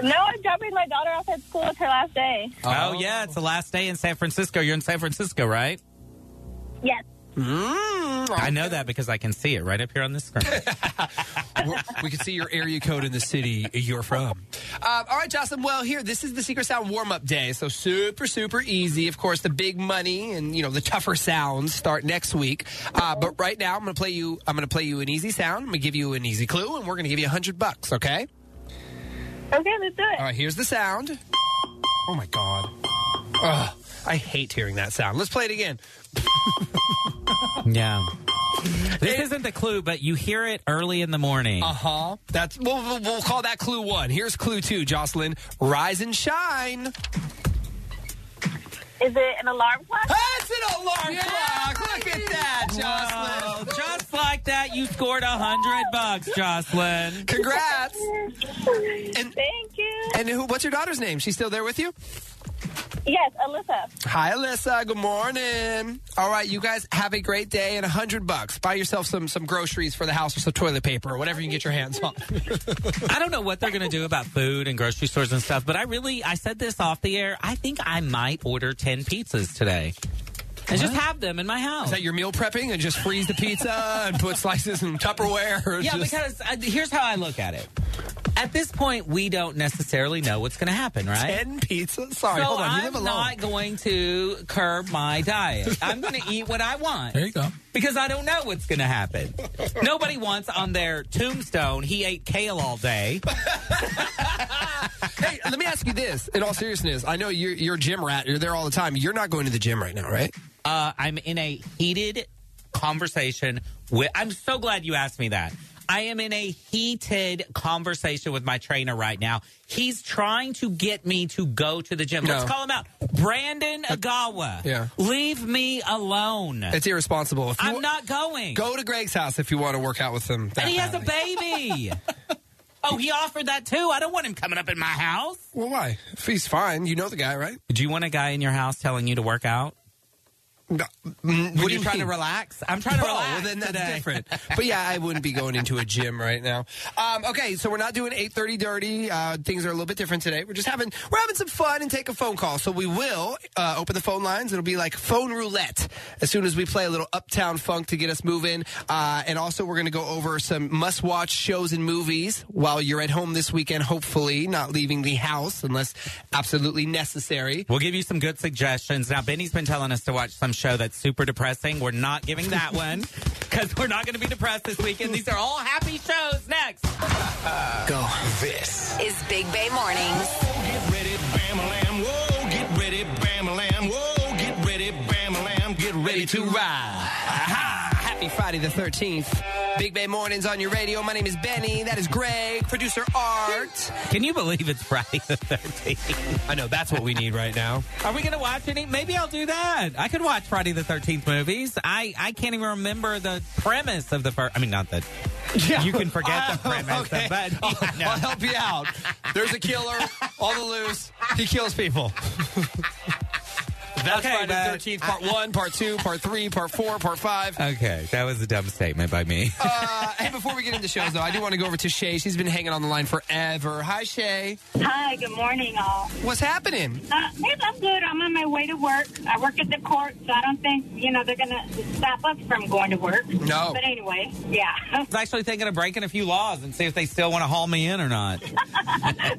Speaker 19: No, I'm dropping my daughter off at school. It's her last day.
Speaker 2: Oh, yeah, it's the last day in San Francisco. You're in San Francisco, right?
Speaker 19: Yes.
Speaker 1: Mm, wrong.
Speaker 2: I know that because I can see it right up here on the screen.
Speaker 1: We're- we can see your area code in the city you're from. Um, all right, Jocelyn. Well, here this is the Secret Sound warm up day, so super super easy. Of course, the big money and you know the tougher sounds start next week. Uh, but right now, I'm going to play you. I'm going to play you an easy sound. I'm going to give you an easy clue, and we're going to give you a hundred bucks. Okay.
Speaker 19: Okay, let's do it.
Speaker 1: All right. Here's the sound. Oh my god. Ugh, I hate hearing that sound. Let's play it again.
Speaker 2: yeah. This is isn't the clue, but you hear it early in the morning.
Speaker 1: Uh huh. That's we'll, we'll, we'll call that clue one. Here's clue two, Jocelyn. Rise and shine.
Speaker 19: Is it an alarm clock?
Speaker 1: That's an alarm clock. Look at that, Jocelyn.
Speaker 2: Just like that, you scored a hundred bucks, Jocelyn.
Speaker 1: Congrats.
Speaker 19: Thank you.
Speaker 1: And who, what's your daughter's name? She's still there with you?
Speaker 19: Yes, Alyssa.
Speaker 1: Hi, Alyssa. Good morning. All right, you guys have a great day and a hundred bucks. Buy yourself some some groceries for the house or some toilet paper or whatever you can get your hands on.
Speaker 2: I don't know what they're going to do about food and grocery stores and stuff, but I really, I said this off the air. I think I might order 10 pizzas today and just have them in my house.
Speaker 1: Is that your meal prepping and just freeze the pizza and put slices in Tupperware? or
Speaker 2: yeah,
Speaker 1: just-
Speaker 2: because uh, here's how I look at it. At this point, we don't necessarily know what's going to happen, right?
Speaker 1: Ten pizzas. Sorry,
Speaker 2: so
Speaker 1: hold on.
Speaker 2: I'm
Speaker 1: You live alone.
Speaker 2: not going to curb my diet. I'm going to eat what I want. There you go. Because I don't know what's going to happen. Nobody wants on their tombstone. He ate kale all day.
Speaker 1: hey, let me ask you this. In all seriousness, I know you're you're a gym rat. You're there all the time. You're not going to the gym right now, right?
Speaker 2: Uh, I'm in a heated conversation with. I'm so glad you asked me that. I am in a heated conversation with my trainer right now. He's trying to get me to go to the gym.
Speaker 1: No.
Speaker 2: Let's call him out. Brandon Agawa.
Speaker 1: yeah.
Speaker 2: Leave me alone.
Speaker 1: It's irresponsible. If you,
Speaker 2: I'm not going.
Speaker 1: Go to Greg's house if you want to work out with him. that
Speaker 2: and he has a
Speaker 1: badly.
Speaker 2: baby. oh, he offered that too. I don't want him coming up in my house.
Speaker 1: Well, why? If he's fine, you know the guy, right?
Speaker 2: Do you want a guy in your house telling you to work out?
Speaker 1: No.
Speaker 2: What are you trying to relax? I'm trying to relax.
Speaker 1: well, then that's
Speaker 2: today.
Speaker 1: different. But yeah, I wouldn't be going into a gym right now. Um, okay, so we're not doing eight thirty dirty. Uh, things are a little bit different today. We're just having we're having some fun and take a phone call. So we will uh, open the phone lines. It'll be like phone roulette as soon as we play a little Uptown Funk to get us moving. Uh, and also we're going to go over some must watch shows and movies while you're at home this weekend. Hopefully, not leaving the house unless absolutely necessary.
Speaker 2: We'll give you some good suggestions. Now, Benny's been telling us to watch some show that's super depressing. We're not giving that one because we're not going to be depressed this weekend. These are all happy shows next.
Speaker 1: Go. This.
Speaker 8: Is Big Bay Mornings.
Speaker 5: Get ready, Bam-a-lam, whoa, get ready, Bam-a-lam, whoa, get ready, Bam-a-lam, get ready to ride.
Speaker 1: Happy Friday the 13th. Big Bay Mornings on your radio. My name is Benny. That is Greg, producer Art.
Speaker 2: Can you believe it's Friday the 13th?
Speaker 1: I know, that's what we need right now.
Speaker 2: Are we going to watch any? Maybe I'll do that. I could watch Friday the 13th movies. I, I can't even remember the premise of the first. I mean, not that. You can forget the premise,
Speaker 1: Oh, okay. Oh,
Speaker 2: but
Speaker 1: I'll, I'll help you out. There's a killer on the loose. He kills people. That's
Speaker 2: Okay,
Speaker 1: Friday
Speaker 2: but-
Speaker 1: the 13th, part one, part two, part three, part four, part five.
Speaker 2: Okay, that was a dumb statement by me.
Speaker 1: Uh, hey, before we get into shows, though, I do want to go over to Shay. She's been hanging on the line forever. Hi, Shay.
Speaker 20: Hi, good morning, all.
Speaker 1: What's happening?
Speaker 20: Uh, yes, I'm good. I'm on my way to work. I work at the court, so I don't think, you know, they're going to stop us from going to work.
Speaker 2: No.
Speaker 20: But anyway, yeah. I
Speaker 2: was actually thinking of breaking a few laws and see if they still want to haul me in or not.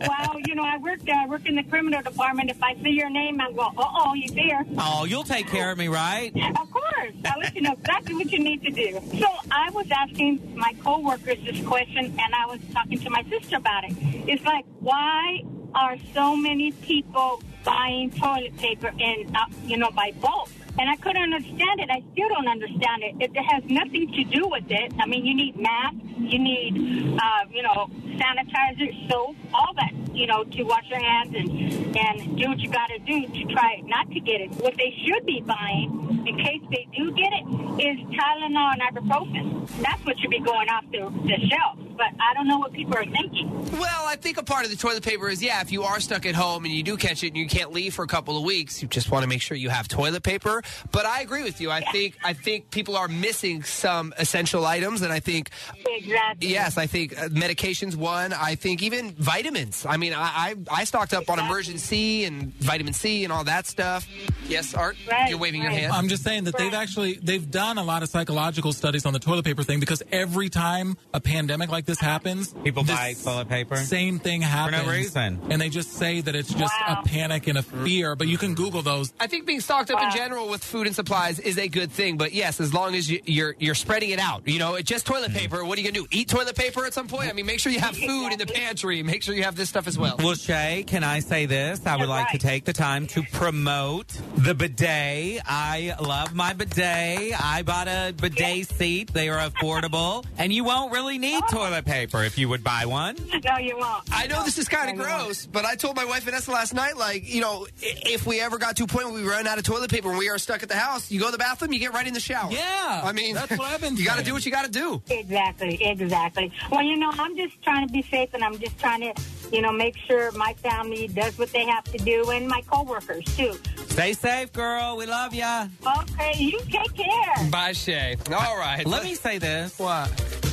Speaker 20: well, you know, I work there. I work in the criminal department. If I see your name, I go, uh-oh, you there.
Speaker 2: Oh, you'll take care of me, right?
Speaker 20: Of course. I'll let you know exactly what you need to do. So I was asking my coworkers this question, and I was talking to my sister about it. It's like, why are so many people buying toilet paper and, uh, you know, by bulk? And I couldn't understand it. I still don't understand it. It has nothing to do with it. I mean, you need masks, you need, uh, you know, sanitizer, soap, all that, you know, to wash your hands and, and do what you got to do to try not to get it. What they should be buying, in case they do get it, is Tylenol and ibuprofen. That's what should be going off the, the shelf. but I don't know what people are thinking.
Speaker 1: Well, I think a part of the toilet paper is yeah, if you are stuck at home and you do catch it and you can't leave for a couple of weeks, you just want to make sure you have toilet paper. But I agree with you. I think I think people are missing some essential items, and I think
Speaker 20: exactly
Speaker 1: yes, I think uh, medications one. I think even vitamins. I mean, I I, I stocked up on emergency and vitamin C and all that stuff. Yes, Art, you're waving your hand.
Speaker 3: I'm just saying that they've actually they've done a lot of psychological studies on the toilet paper thing because every time a pandemic like this happens,
Speaker 2: People buy toilet paper.
Speaker 3: same thing happens
Speaker 2: reason.
Speaker 3: and they just say that it's just a panic and a fear. But you can Google those.
Speaker 1: I think being stocked up in general with food and supplies is a good thing, but yes, as long as you, you're you're spreading it out, you know, it's just toilet paper. What are you gonna do? Eat toilet paper at some point? I mean, make sure you have food in the pantry. Make sure you have this stuff as well.
Speaker 2: Well, Shay, can I say this? I would like to take the time to promote the bidet. I love my bidet. I bought a bidet seat. They are affordable, and you won't really need toilet paper if you would buy one.
Speaker 20: No, you won't.
Speaker 1: I know this is kind of gross, but I told my wife Vanessa last night, like, you know, i- if we ever got to a point where we run out of toilet paper and we are stuck at the house, you go to the bathroom, you get right in the shower.
Speaker 3: Yeah,
Speaker 1: I mean,
Speaker 3: that's what I've been
Speaker 1: You got to
Speaker 3: saying.
Speaker 1: do what you got to do.
Speaker 20: Exactly, exactly. Well, you know, I'm just trying to be safe, and I'm just trying to, you know, make sure my family does what they have to do, and my coworkers too.
Speaker 2: Stay safe, girl. We love ya.
Speaker 20: Okay, you take care.
Speaker 1: Bye, Shay. All right.
Speaker 2: Let me say this. What?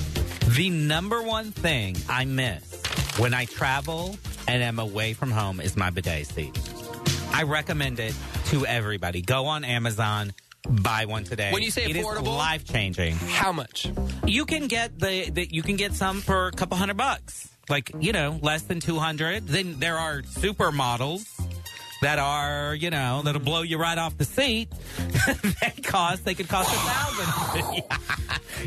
Speaker 2: The number one thing I miss when I travel and am away from home is my bidet seat. I recommend it to everybody. Go on Amazon, buy one today.
Speaker 1: When you say affordable-
Speaker 2: life changing.
Speaker 1: How much?
Speaker 2: You can get the, the you can get some for a couple hundred bucks. Like, you know, less than 200. Then there are supermodels that are, you know, that'll blow you right off the seat. they cost, they could cost a thousand.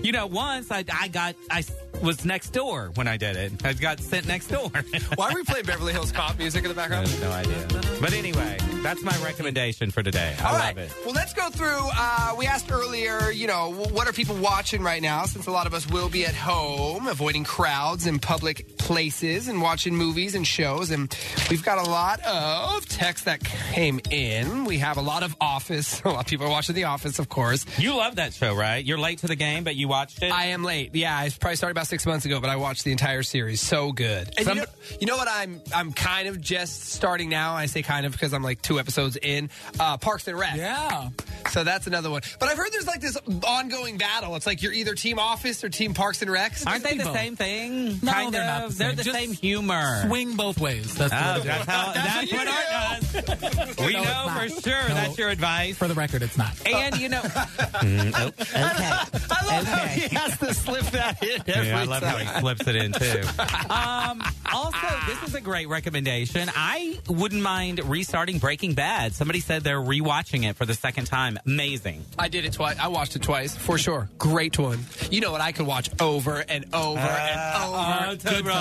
Speaker 2: You know, once I, I got, I was next door when I did it. I got sent next door.
Speaker 1: Why are we playing Beverly Hills Cop music in the background?
Speaker 2: no idea. But anyway, that's my recommendation for today. I
Speaker 1: All
Speaker 2: love
Speaker 1: right.
Speaker 2: it.
Speaker 1: Well, let's go through. Uh, we asked earlier, you know, w- what are people watching right now? Since a lot of us will be at home, avoiding crowds in public places and watching movies and shows. And we've got a lot of texts that came in. We have a lot of Office. A lot of people are watching The Office, of course.
Speaker 2: You love that show, right? You're late to the game, but you watched it.
Speaker 1: I am late. Yeah, I probably started about six months ago, but I watched the entire series. So good. And
Speaker 2: Some-
Speaker 1: you, know, you know what? I'm I'm kind of just starting now. I say kind of because I'm like two episodes in. Uh, Parks and Rec.
Speaker 3: Yeah.
Speaker 1: So that's another one. But I've heard there's like this ongoing battle. It's like you're either Team Office or Team Parks and Rec.
Speaker 2: Aren't they the same thing?
Speaker 3: No,
Speaker 2: kind
Speaker 3: they're
Speaker 2: of.
Speaker 3: not the
Speaker 2: they're
Speaker 3: same.
Speaker 2: the
Speaker 3: Just
Speaker 2: same humor.
Speaker 3: Swing both ways. That's
Speaker 2: Oh,
Speaker 3: the
Speaker 2: that's how. That's what Art does. We
Speaker 3: No, it's
Speaker 2: know for
Speaker 3: not.
Speaker 2: sure
Speaker 3: No.
Speaker 2: that's your advice.
Speaker 3: For the record, it's not.
Speaker 2: And you know, Mm,
Speaker 1: I love how he has to slip that in every
Speaker 2: Yeah, I love
Speaker 1: time.
Speaker 2: how he flips it in too. um, also, this is a great recommendation. I wouldn't mind restarting Breaking Bad. Somebody said they're rewatching it for the second time. Amazing.
Speaker 1: I did it twice. I watched it twice for sure. Great one. You know what? I could watch over and over
Speaker 2: Ah, Uh,
Speaker 1: and over.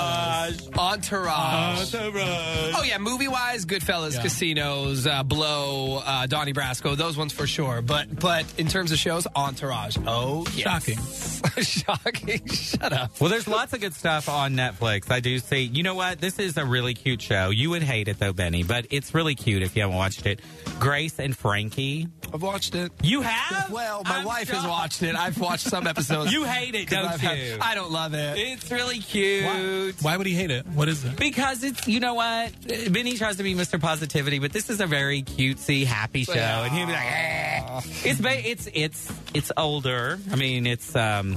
Speaker 1: Entourage.
Speaker 2: Uh,
Speaker 1: Oh yeah, movie wise, Goodfellas, Casinos, uh, Blow, uh, Donnie Brasco, those ones for sure. But but in terms of shows, Entourage. Oh, yes.
Speaker 3: Shocking.
Speaker 1: shocking. Shut up.
Speaker 2: Well, there's lots of good stuff on Netflix. I do see. You know what? This is a really cute show. You would hate it though, Benny, but it's really cute if you haven't watched it. Grace and Frankie.
Speaker 1: I've watched it.
Speaker 2: You have?
Speaker 1: Well, Oh, my
Speaker 2: I'm
Speaker 1: wife has
Speaker 2: shocked.
Speaker 1: watched it. I've watched some episodes.
Speaker 2: You hate it,
Speaker 1: 'Cause
Speaker 2: don't
Speaker 1: I've had-
Speaker 2: you?
Speaker 1: I don't love it.
Speaker 2: It's really cute.
Speaker 3: Why would he hate it? What is it?
Speaker 2: Because it's, you know what? Benny tries to be Mr. Positivity, but this is a very cutesy, happy show. And he'd be like,
Speaker 8: "Ah."
Speaker 2: eh. It's, ba- it's, it's, it's older. I mean, it's um,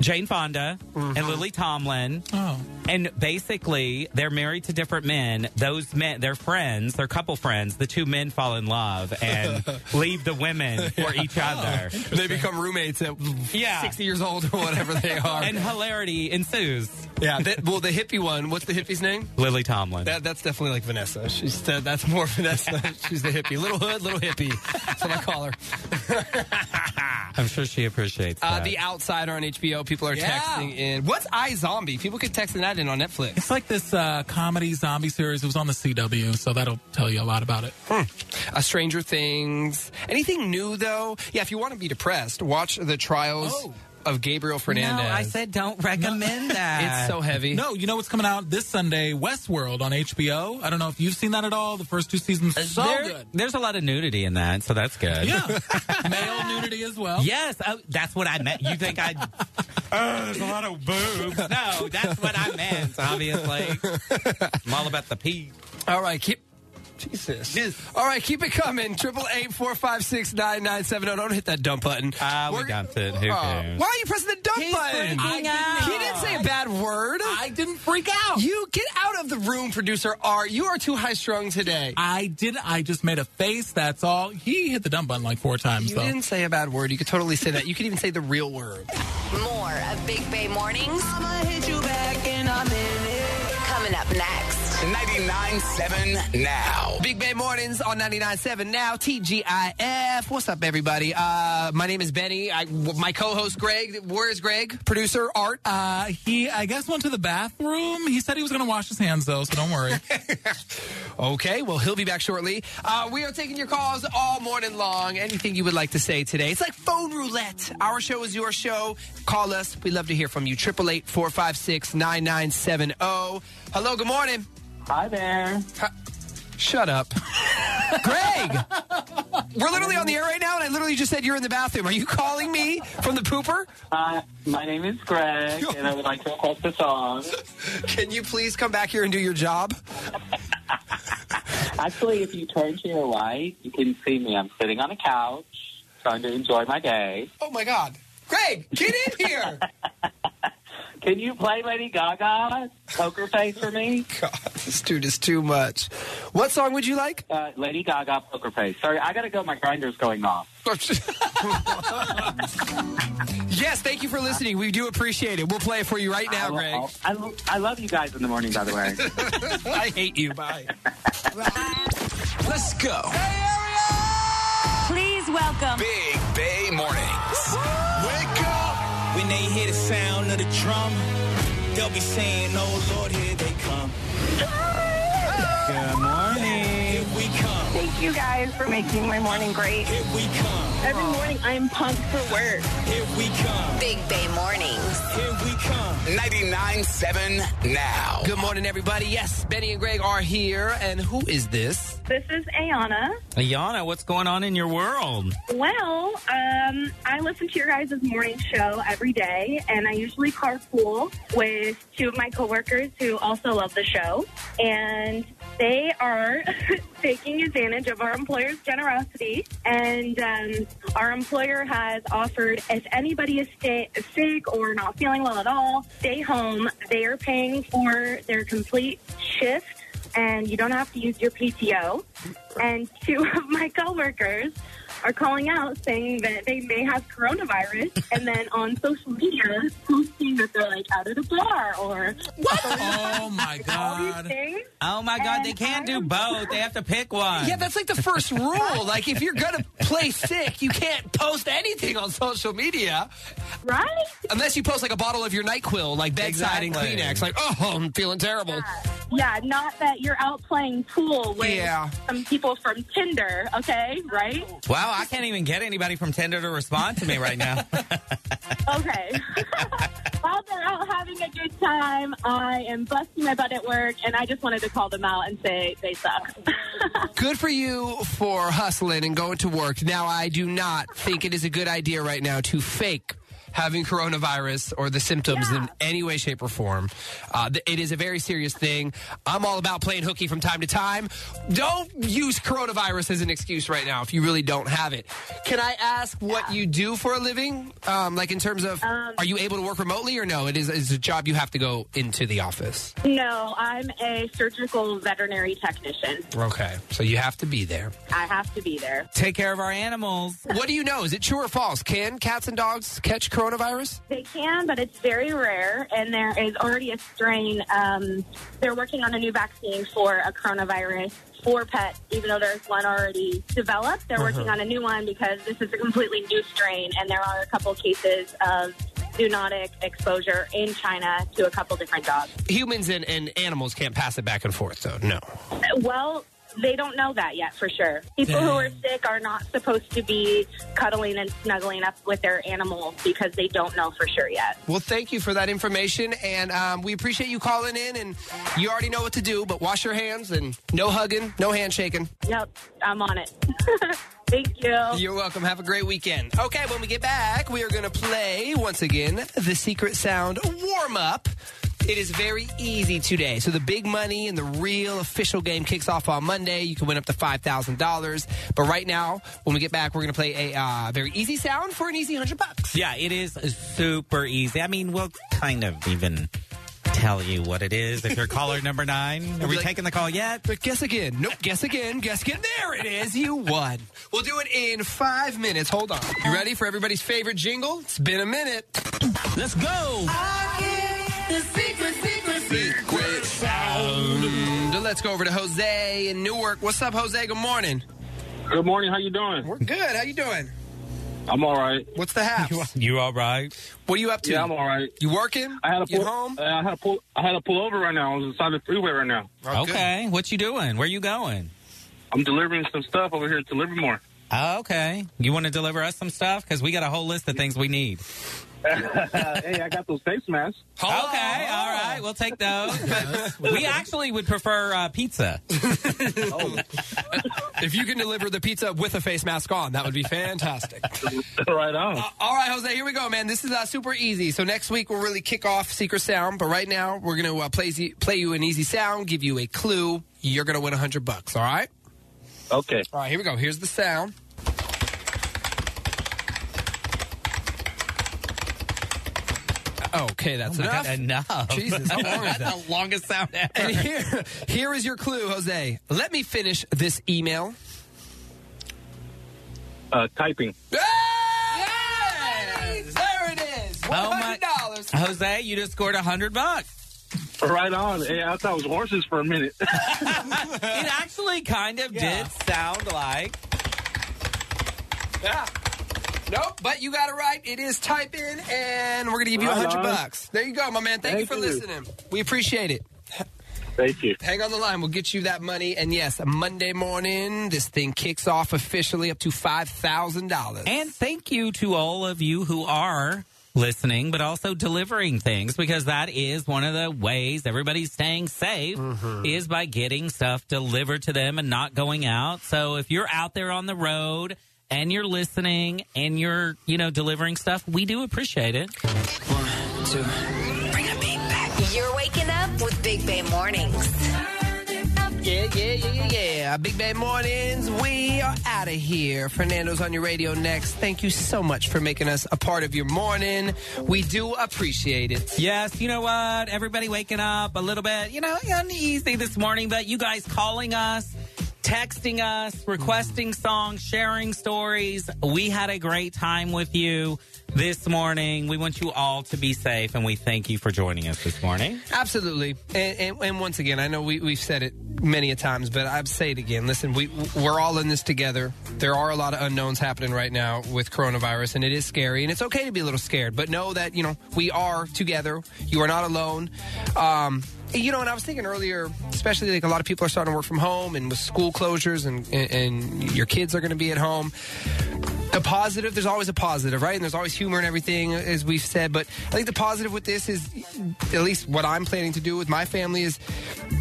Speaker 2: Jane Fonda and Lily Tomlin.
Speaker 3: Oh.
Speaker 2: And basically, they're married to different men. Those men, they're friends, they're couple friends. The two men fall in love and leave the women for each other.
Speaker 1: Oh, They become roommates at
Speaker 2: Oh, Yeah.
Speaker 1: 60 years old or whatever they are.
Speaker 2: And hilarity ensues.
Speaker 1: yeah. that- well, the hippie one. What's the hippie's name?
Speaker 2: Lily Tomlin.
Speaker 1: That, that's definitely like Vanessa. She's that- that's more Vanessa. She's the hippie, little hood, little hippie. That's what I call her.
Speaker 2: I'm sure she appreciates
Speaker 1: Uh,
Speaker 2: that.
Speaker 1: the Outsider on HBO. People are
Speaker 3: Yeah.
Speaker 1: texting in. What's iZombie? People could text that in on Netflix.
Speaker 3: It's like this uh, comedy zombie series. It was on the CW, so that'll tell you a lot about it.
Speaker 1: Uh, Stranger Things. Anything new though? Yeah, if you want to be depressed, watch the trials
Speaker 3: Oh.
Speaker 1: of Gabriel Fernandez.
Speaker 2: No, I said don't recommend that.
Speaker 1: it's so heavy.
Speaker 3: No, you know what's coming out this Sunday? Westworld on HBO. I don't know if you've seen that at all. The first two seasons
Speaker 1: Uh,
Speaker 3: so
Speaker 2: There-
Speaker 3: good.
Speaker 2: There's a lot of nudity in that, so that's good.
Speaker 3: Yeah, male nudity as well.
Speaker 2: Yes, oh, that's what I meant. You think I oh, there's a lot of boobs. No, that's what I meant, obviously. I'm all about the pee.
Speaker 1: All right, keep. Jesus. All right, keep it coming. Triple eight four five six nine nine seven zero. Don't hit that dump button. Oh,
Speaker 2: Ah, we dumped it. Who cares?
Speaker 1: Why are you pressing the dump button?
Speaker 2: freaking
Speaker 1: I
Speaker 2: out.
Speaker 1: He didn't say a bad word. I
Speaker 3: didn't freak out.
Speaker 1: You get out of the room, producer R. You are too high strung today.
Speaker 3: I did. I just made a face. That's all. He hit the dumb button like four times.
Speaker 1: You
Speaker 3: though.
Speaker 1: didn't say a bad word. You could totally say that. You could even say the real word.
Speaker 8: More of Big Bay Mornings. I'ma hit you back in a minute. Coming up next.
Speaker 5: 99.7 now.
Speaker 1: Big Bay Mornings on 99.7 now, TGIF. What's up, everybody? Uh, my name is Benny. I, w- my co-host, Greg. Where is Greg? Producer, Art.
Speaker 3: Uh, he, I guess, went to the bathroom. He said he was going to wash his hands, though, so don't worry.
Speaker 1: Okay, well, he'll be back shortly. Uh, we are taking your calls all morning long. Anything you would like to say today. It's like phone roulette. Our show is your show. Call us. We love to hear from you. 888-456-9970. oh. Hello, good morning.
Speaker 10: Hi there.
Speaker 1: Shut up. Greg! We're literally on the air right now, and I literally just said you're in the bathroom. Are you calling me from the pooper?
Speaker 10: Uh, my name is Greg, and I would like to request a song.
Speaker 1: Can you please come back here and do your job?
Speaker 10: Actually, if you turn to your right, you can see me. I'm sitting on a couch, trying to enjoy my day.
Speaker 1: Oh my God. Greg, get in here!
Speaker 10: Can you play Lady Gaga, Poker Face, for me?
Speaker 1: God, this dude is too much. What song would you like?
Speaker 10: Uh, Lady Gaga, Poker Face. Sorry, I gotta go. My grinder's going off.
Speaker 1: yes, thank you for listening. We do appreciate it. We'll play it for you right now, Greg.
Speaker 10: I, lo- I love you guys in the morning, by the way.
Speaker 1: I hate you. Bye.
Speaker 5: Let's go.
Speaker 18: Please welcome.
Speaker 5: Big Bay Mornings. Wake up.
Speaker 21: When they hear the sound of the drum, they'll be saying, Oh Lord, here they come.
Speaker 2: Good morning.
Speaker 21: Thank
Speaker 13: you guys for making my morning great.
Speaker 21: Here we come.
Speaker 13: Every morning I am pumped for work.
Speaker 21: Here we come.
Speaker 8: Big Bay Mornings.
Speaker 21: Here we come.
Speaker 5: 99.7 now.
Speaker 1: Good morning, everybody. Yes, Benny and Greg are here. And who is this?
Speaker 9: This is Ayana.
Speaker 2: Ayana, what's going on in your world?
Speaker 9: Well, um, I listen to your guys' morning show every day, and I usually carpool with two of my coworkers who also love the show. And they are taking advantage of our employer's generosity. And um, our employer has offered if anybody is sta- sick or not feeling well at all, stay home. They are paying for their complete shift and you don't have to use your PTO. And two of my coworkers are calling out saying that they may have coronavirus, and then on social media posting that they're like out at a bar or what?
Speaker 3: oh my
Speaker 9: All
Speaker 3: god.
Speaker 9: these things.
Speaker 2: Oh my God, they can't do both. They have to pick one.
Speaker 1: Yeah, that's like the first rule. like, if you're going to play sick, you can't post anything on social media
Speaker 9: Right?
Speaker 1: unless you post like a bottle of your NyQuil, like bedside
Speaker 2: Exactly.
Speaker 1: and Kleenex. Like, oh, I'm feeling terrible.
Speaker 9: Yeah, not that you're out playing pool with
Speaker 1: Yeah.
Speaker 9: some people from Tinder, okay? Right?
Speaker 2: Wow, I can't even get anybody from Tinder to respond to me right now.
Speaker 9: Okay. While they're out having a good time, I am busting my butt at work, and I just wanted to call them out and say they suck.
Speaker 1: Good for you for hustling and going to work. Now, I do not think it is a good idea right now to fake having coronavirus or the symptoms in any way, shape, or form. Uh, th- it is a very serious thing. I'm all about playing hooky from time to time. Don't use coronavirus as an excuse right now if you really don't have it. Can I ask what you do for a living? Um, like in terms of, are you able to work remotely or no? It is it's a job you have to go into the office.
Speaker 9: No, I'm a surgical veterinary technician.
Speaker 1: Okay, so you have to be there.
Speaker 9: I have to be there.
Speaker 2: Take care of our animals.
Speaker 1: What do you know? Is it true or false? Can cats and dogs catch coronavirus?
Speaker 9: They can, but it's very rare, and there is already a strain. Um, they're working on a new vaccine for a coronavirus for pets, even though there's one already developed. They're working on a new one because this is a completely new strain, and there are a couple cases of zoonotic exposure in China to a couple different dogs.
Speaker 1: Humans and, and animals can't pass it back and forth, though. No.
Speaker 9: Well, they don't know that yet for sure. People who are sick are not supposed to be cuddling and snuggling up with their animal because they don't know for sure yet.
Speaker 1: Well, thank you for that information, and um, we appreciate you calling in. And you already know what to do, but wash your hands and no hugging, no handshaking.
Speaker 9: Yep, I'm on it. Thank you.
Speaker 1: You're welcome. Have a great weekend. Okay, when we get back, we are going to play once again the secret sound warm up. It is very easy today. So the big money and the real official game kicks off on Monday. You can win up to five thousand dollars. But right now, when we get back, we're going to play a uh, very easy sound for an easy hundred bucks.
Speaker 2: Yeah, it is super easy. I mean, we'll kind of even tell you what it is if you're caller number nine. Are we taking the call yet?
Speaker 1: But guess again. Nope. Guess again. Guess again. There it is. You won. We'll do it in five minutes. Hold on. You ready for everybody's favorite jingle? It's been a minute. Let's go. Secret sound. Let's go over to Jose in Newark. What's up, Jose? Good morning.
Speaker 10: Good morning. How you doing?
Speaker 1: We're good. How you doing?
Speaker 10: I'm all right.
Speaker 1: What's the half?
Speaker 2: You all right?
Speaker 1: What are you up to?
Speaker 10: Yeah, I'm all right.
Speaker 1: You working?
Speaker 10: I had to
Speaker 1: You
Speaker 10: pull.
Speaker 1: home?
Speaker 10: uh, I had to pull. I had to pull over right now. I was inside the freeway right now.
Speaker 2: Okay. What you doing? Where you going?
Speaker 10: I'm delivering some stuff over here at Livermore.
Speaker 2: Oh, okay. You want to deliver us some stuff? Because we got a whole list of things we need.
Speaker 10: hey, I got those face masks.
Speaker 2: Okay, all right. We'll take those. But we actually would prefer uh, pizza.
Speaker 1: Oh. If you can deliver the pizza with a face mask on, that would be fantastic. Uh,
Speaker 10: right on.
Speaker 1: all right, Jose, here we go, man. This is uh, super easy. So next week we'll really kick off Secret Sound, but right now we're gonna uh, play z- play you an easy sound, give you a clue. You're gonna win hundred bucks. All right.
Speaker 10: Okay.
Speaker 1: All right, here we go. Here's the sound. Okay, that's
Speaker 2: Oh my
Speaker 1: enough.
Speaker 2: God, enough.
Speaker 1: Jesus, how long is
Speaker 2: That's
Speaker 1: that?
Speaker 2: the longest sound ever.
Speaker 1: And here, here is your clue, Jose. Let me finish this email.
Speaker 10: Uh, typing.
Speaker 1: There it is.
Speaker 2: Oh my-
Speaker 1: $100.
Speaker 2: Jose, you just scored a hundred bucks.
Speaker 10: Right on. Hey, I thought it was horses for a minute.
Speaker 2: It actually kind of did sound like.
Speaker 1: Yeah. Nope, but you got it right. It is type in, and we're going to give you a
Speaker 10: Right
Speaker 1: 100
Speaker 10: on.
Speaker 1: bucks. There you go, my Oh, man. Thank, you
Speaker 10: Thank
Speaker 1: for
Speaker 10: you.
Speaker 1: listening. We appreciate it.
Speaker 10: Thank you.
Speaker 1: Hang on the line. We'll get you that money. And yes, Monday morning, this thing kicks off officially up to $5,000.
Speaker 2: And thank you to all of you who are listening, but also delivering things because that is one of the ways everybody's staying safe is by getting stuff delivered to them and not going out. So if you're out there on the road and you're listening and you're, you know, delivering stuff, we do appreciate it. One, two.
Speaker 8: Bring a beat back. You're waking up with Big Bay Mornings.
Speaker 1: Yeah, yeah, yeah, yeah, yeah. Big Bad Mornings, we are out of here. Fernando's on your radio next. Thank you so much for making us a part of your morning. We do appreciate it.
Speaker 2: Yes, you know uh, what? Everybody waking up a little bit, you know, uneasy this morning, but you guys calling us, texting us, requesting songs, sharing stories. We had a great time with you this morning. We want you all to be safe and we thank you for joining us this morning.
Speaker 1: Absolutely, and, and, and once again, I know we, we've said it many a times, but I'd say it again. Listen, we we're all in this together. There are a lot of unknowns happening right now with coronavirus, and it is scary, and it's okay to be a little scared, but know that you know we are together. You are not alone. Um, you know, and I was thinking earlier, especially like a lot of people are starting to work from home, and with school closures, and and, and your kids are going to be at home the positive there's always a positive right and there's always humor and everything as we've said but i think the positive with this is at least what i'm planning to do with my family is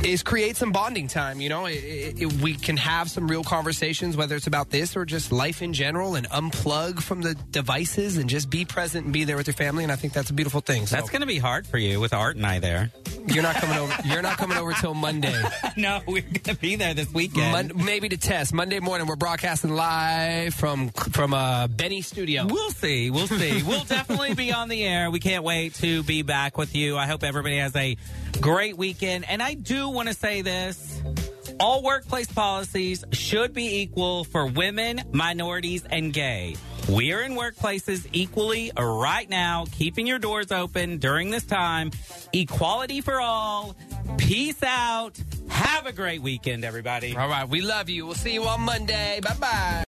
Speaker 1: is create some bonding time you know It- it- it- we can have some real conversations whether it's about this or just life in general and unplug from the devices and just be present and be there with your family and i think that's a beautiful thing so
Speaker 2: That's going to be hard for you with Art and I there.
Speaker 1: you're not coming over you're not coming over till monday
Speaker 2: no we're going to be there this weekend
Speaker 1: Mon- maybe to test monday morning we're broadcasting live from from uh benny studio
Speaker 2: We'll see. We'll see. we'll definitely be on the air. We can't wait to be back with you. I hope everybody has a great weekend. And I do want to say this. All workplace policies should be equal for women, minorities, and gay. We are in workplaces equally right now, keeping your doors open during this time. Equality for all. Peace out. Have a great weekend, everybody.
Speaker 1: all right we love you we'll see you on monday bye bye